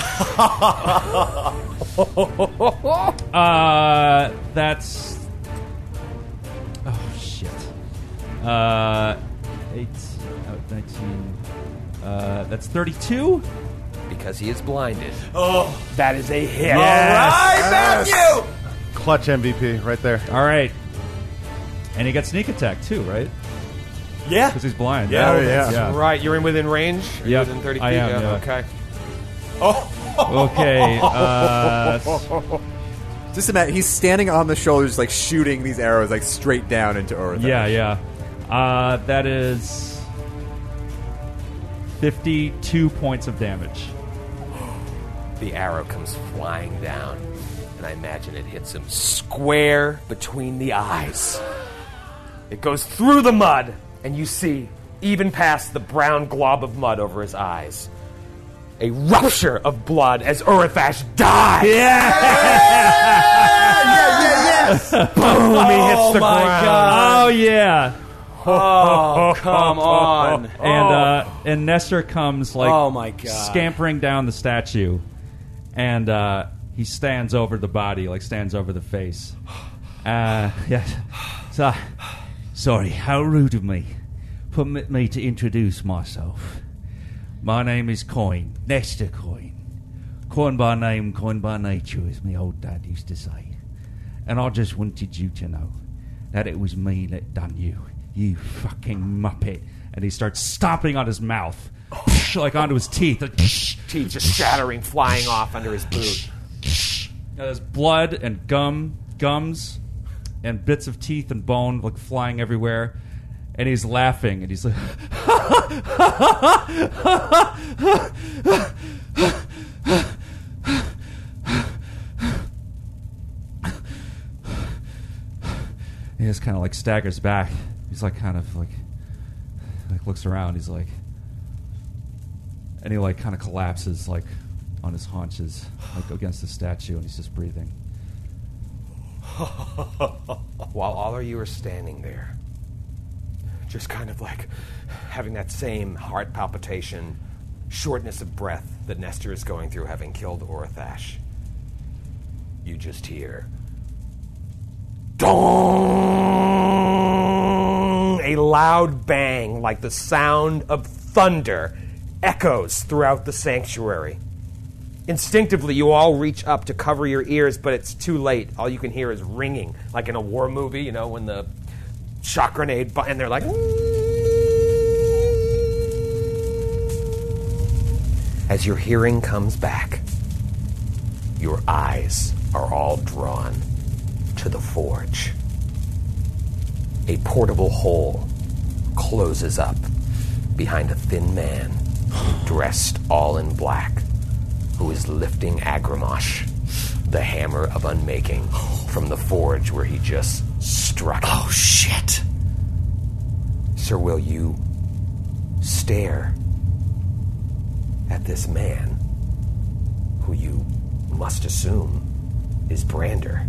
Speaker 3: uh, that's. Oh, shit. Uh, 8, oh, 19. Uh, that's 32.
Speaker 4: Because he is blinded. Oh, that is a hit.
Speaker 7: Clutch MVP right there.
Speaker 3: All right. And he got sneak attack too, right?
Speaker 5: Yeah.
Speaker 3: Because he's blind. Oh,
Speaker 5: Yeah.
Speaker 3: right?
Speaker 7: yeah.
Speaker 3: yeah.
Speaker 4: Right, you're in within range. Are you
Speaker 3: Yep,
Speaker 4: within 30 feet.
Speaker 3: I am, yeah.
Speaker 4: Okay.
Speaker 3: Okay. Uh,
Speaker 6: Just imagine he's standing on the shoulders, like shooting these arrows, like straight down into Orathash.
Speaker 3: Yeah, yeah. Uh, that is 52 points of damage.
Speaker 4: The arrow comes flying down, and I imagine it hits him square between the eyes. It goes through the mud, and you see, even past the brown glob of mud over his eyes, a rupture of blood as Urathash dies. Boom! he hits the ground.
Speaker 3: Oh, yeah.
Speaker 5: Oh, come on.
Speaker 3: And uh, and Nestor comes like
Speaker 5: Oh, my God.
Speaker 3: scampering down the statue, and uh, he stands over the body, like stands over the face. Uh, yes. So, sorry, how rude of me. Permit me to introduce myself. My name is Coin, Nestor Coin. Coin by name, coin by nature, as my old dad used to say. And I just wanted you to know that it was me that done you, you fucking muppet. And he starts stomping on his mouth, like onto his teeth. Like,
Speaker 4: Teeth just shattering, flying off under his boot.
Speaker 3: Now Uh, there's blood and gum, gums, and bits of teeth and bone like flying everywhere. And he's laughing, and he's like, He just kind of like staggers back. He's like kind of like like looks around. He's like, and he like kind of collapses like on his haunches, like against the statue, and he's just breathing.
Speaker 4: While all of you are standing there, just kind of like having that same heart palpitation, shortness of breath that Nestor is going through having killed Orathash, you just hear. Dong! A loud bang, like the sound of thunder, echoes throughout the sanctuary. Instinctively, you all reach up to cover your ears, but it's too late. All you can hear is ringing, like in a war movie, you know, when the shock grenade, bu- and they're like. As your hearing comes back, your eyes are all drawn to the forge. A portable hole closes up behind a thin man dressed all in black who is lifting Agramash, the hammer of unmaking, from the forge where he just struck. Oh, shit! Sir, will you stare at this man who you must assume is Brander?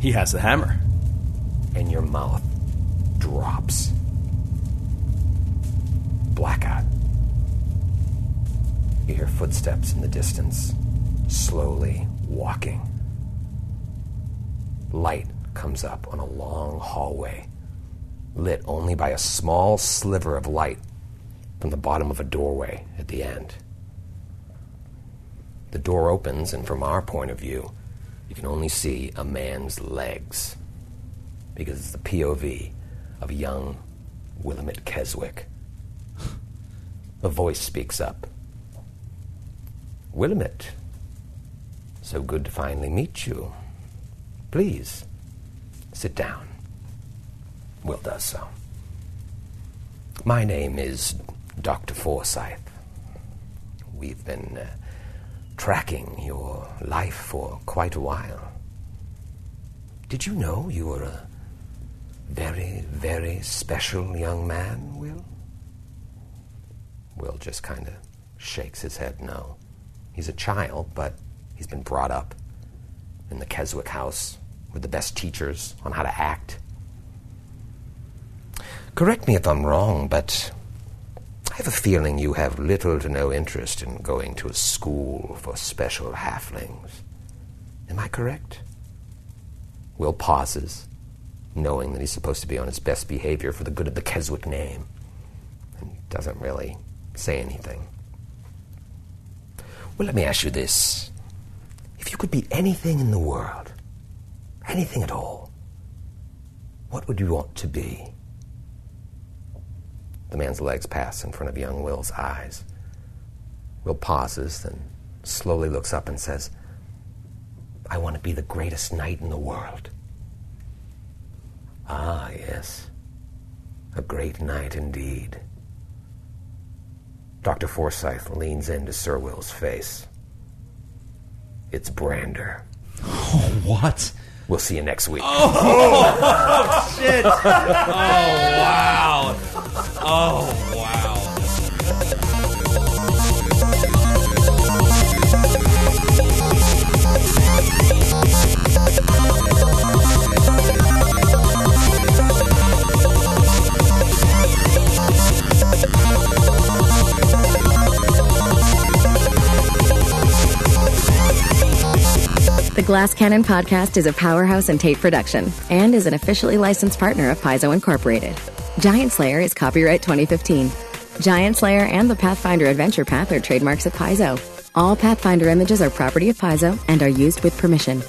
Speaker 5: He has the hammer.
Speaker 4: and your mouth drops. Blackout. You hear footsteps in the distance, slowly walking. Light comes up on a long hallway, lit only by a small sliver of light from the bottom of a doorway at the end. The door opens, and from our point of view, you can only see a man's legs because it's the POV of young Willamette Keswick. A voice speaks up. Willamette, so good to finally meet you. Please, sit down. Will does so. My name is Dr. Forsyth. We've been uh, tracking your life for quite a while. Did you know you were a very, very special young man, Will? Will just kind of shakes his head no. He's a child, but he's been brought up in the Keswick house with the best teachers on how to act. Correct me if I'm wrong, but I have a feeling you have little to no interest in going to a school for special halflings. Am I correct? Will pauses, knowing that he's supposed to be on his best behavior for the good of the Keswick name, and doesn't really say anything. Well, let me ask you this. If you could be anything in the world, anything at all, what would you want to be? The man's legs pass in front of young Will's eyes. Will pauses, then slowly looks up and says, I want to be the greatest knight in the world. Ah, yes. A great knight indeed. Dr. Forsyth leans into Sir Will's face. It's Brander.
Speaker 3: What?
Speaker 4: We'll see you next week.
Speaker 10: The Glass Cannon podcast is a powerhouse and tape production and is an officially licensed partner of Paizo Incorporated. Giant Slayer is copyright 2015. Giant Slayer and the Pathfinder Adventure Path are trademarks of Paizo. All Pathfinder images are property of Paizo and are used with permission.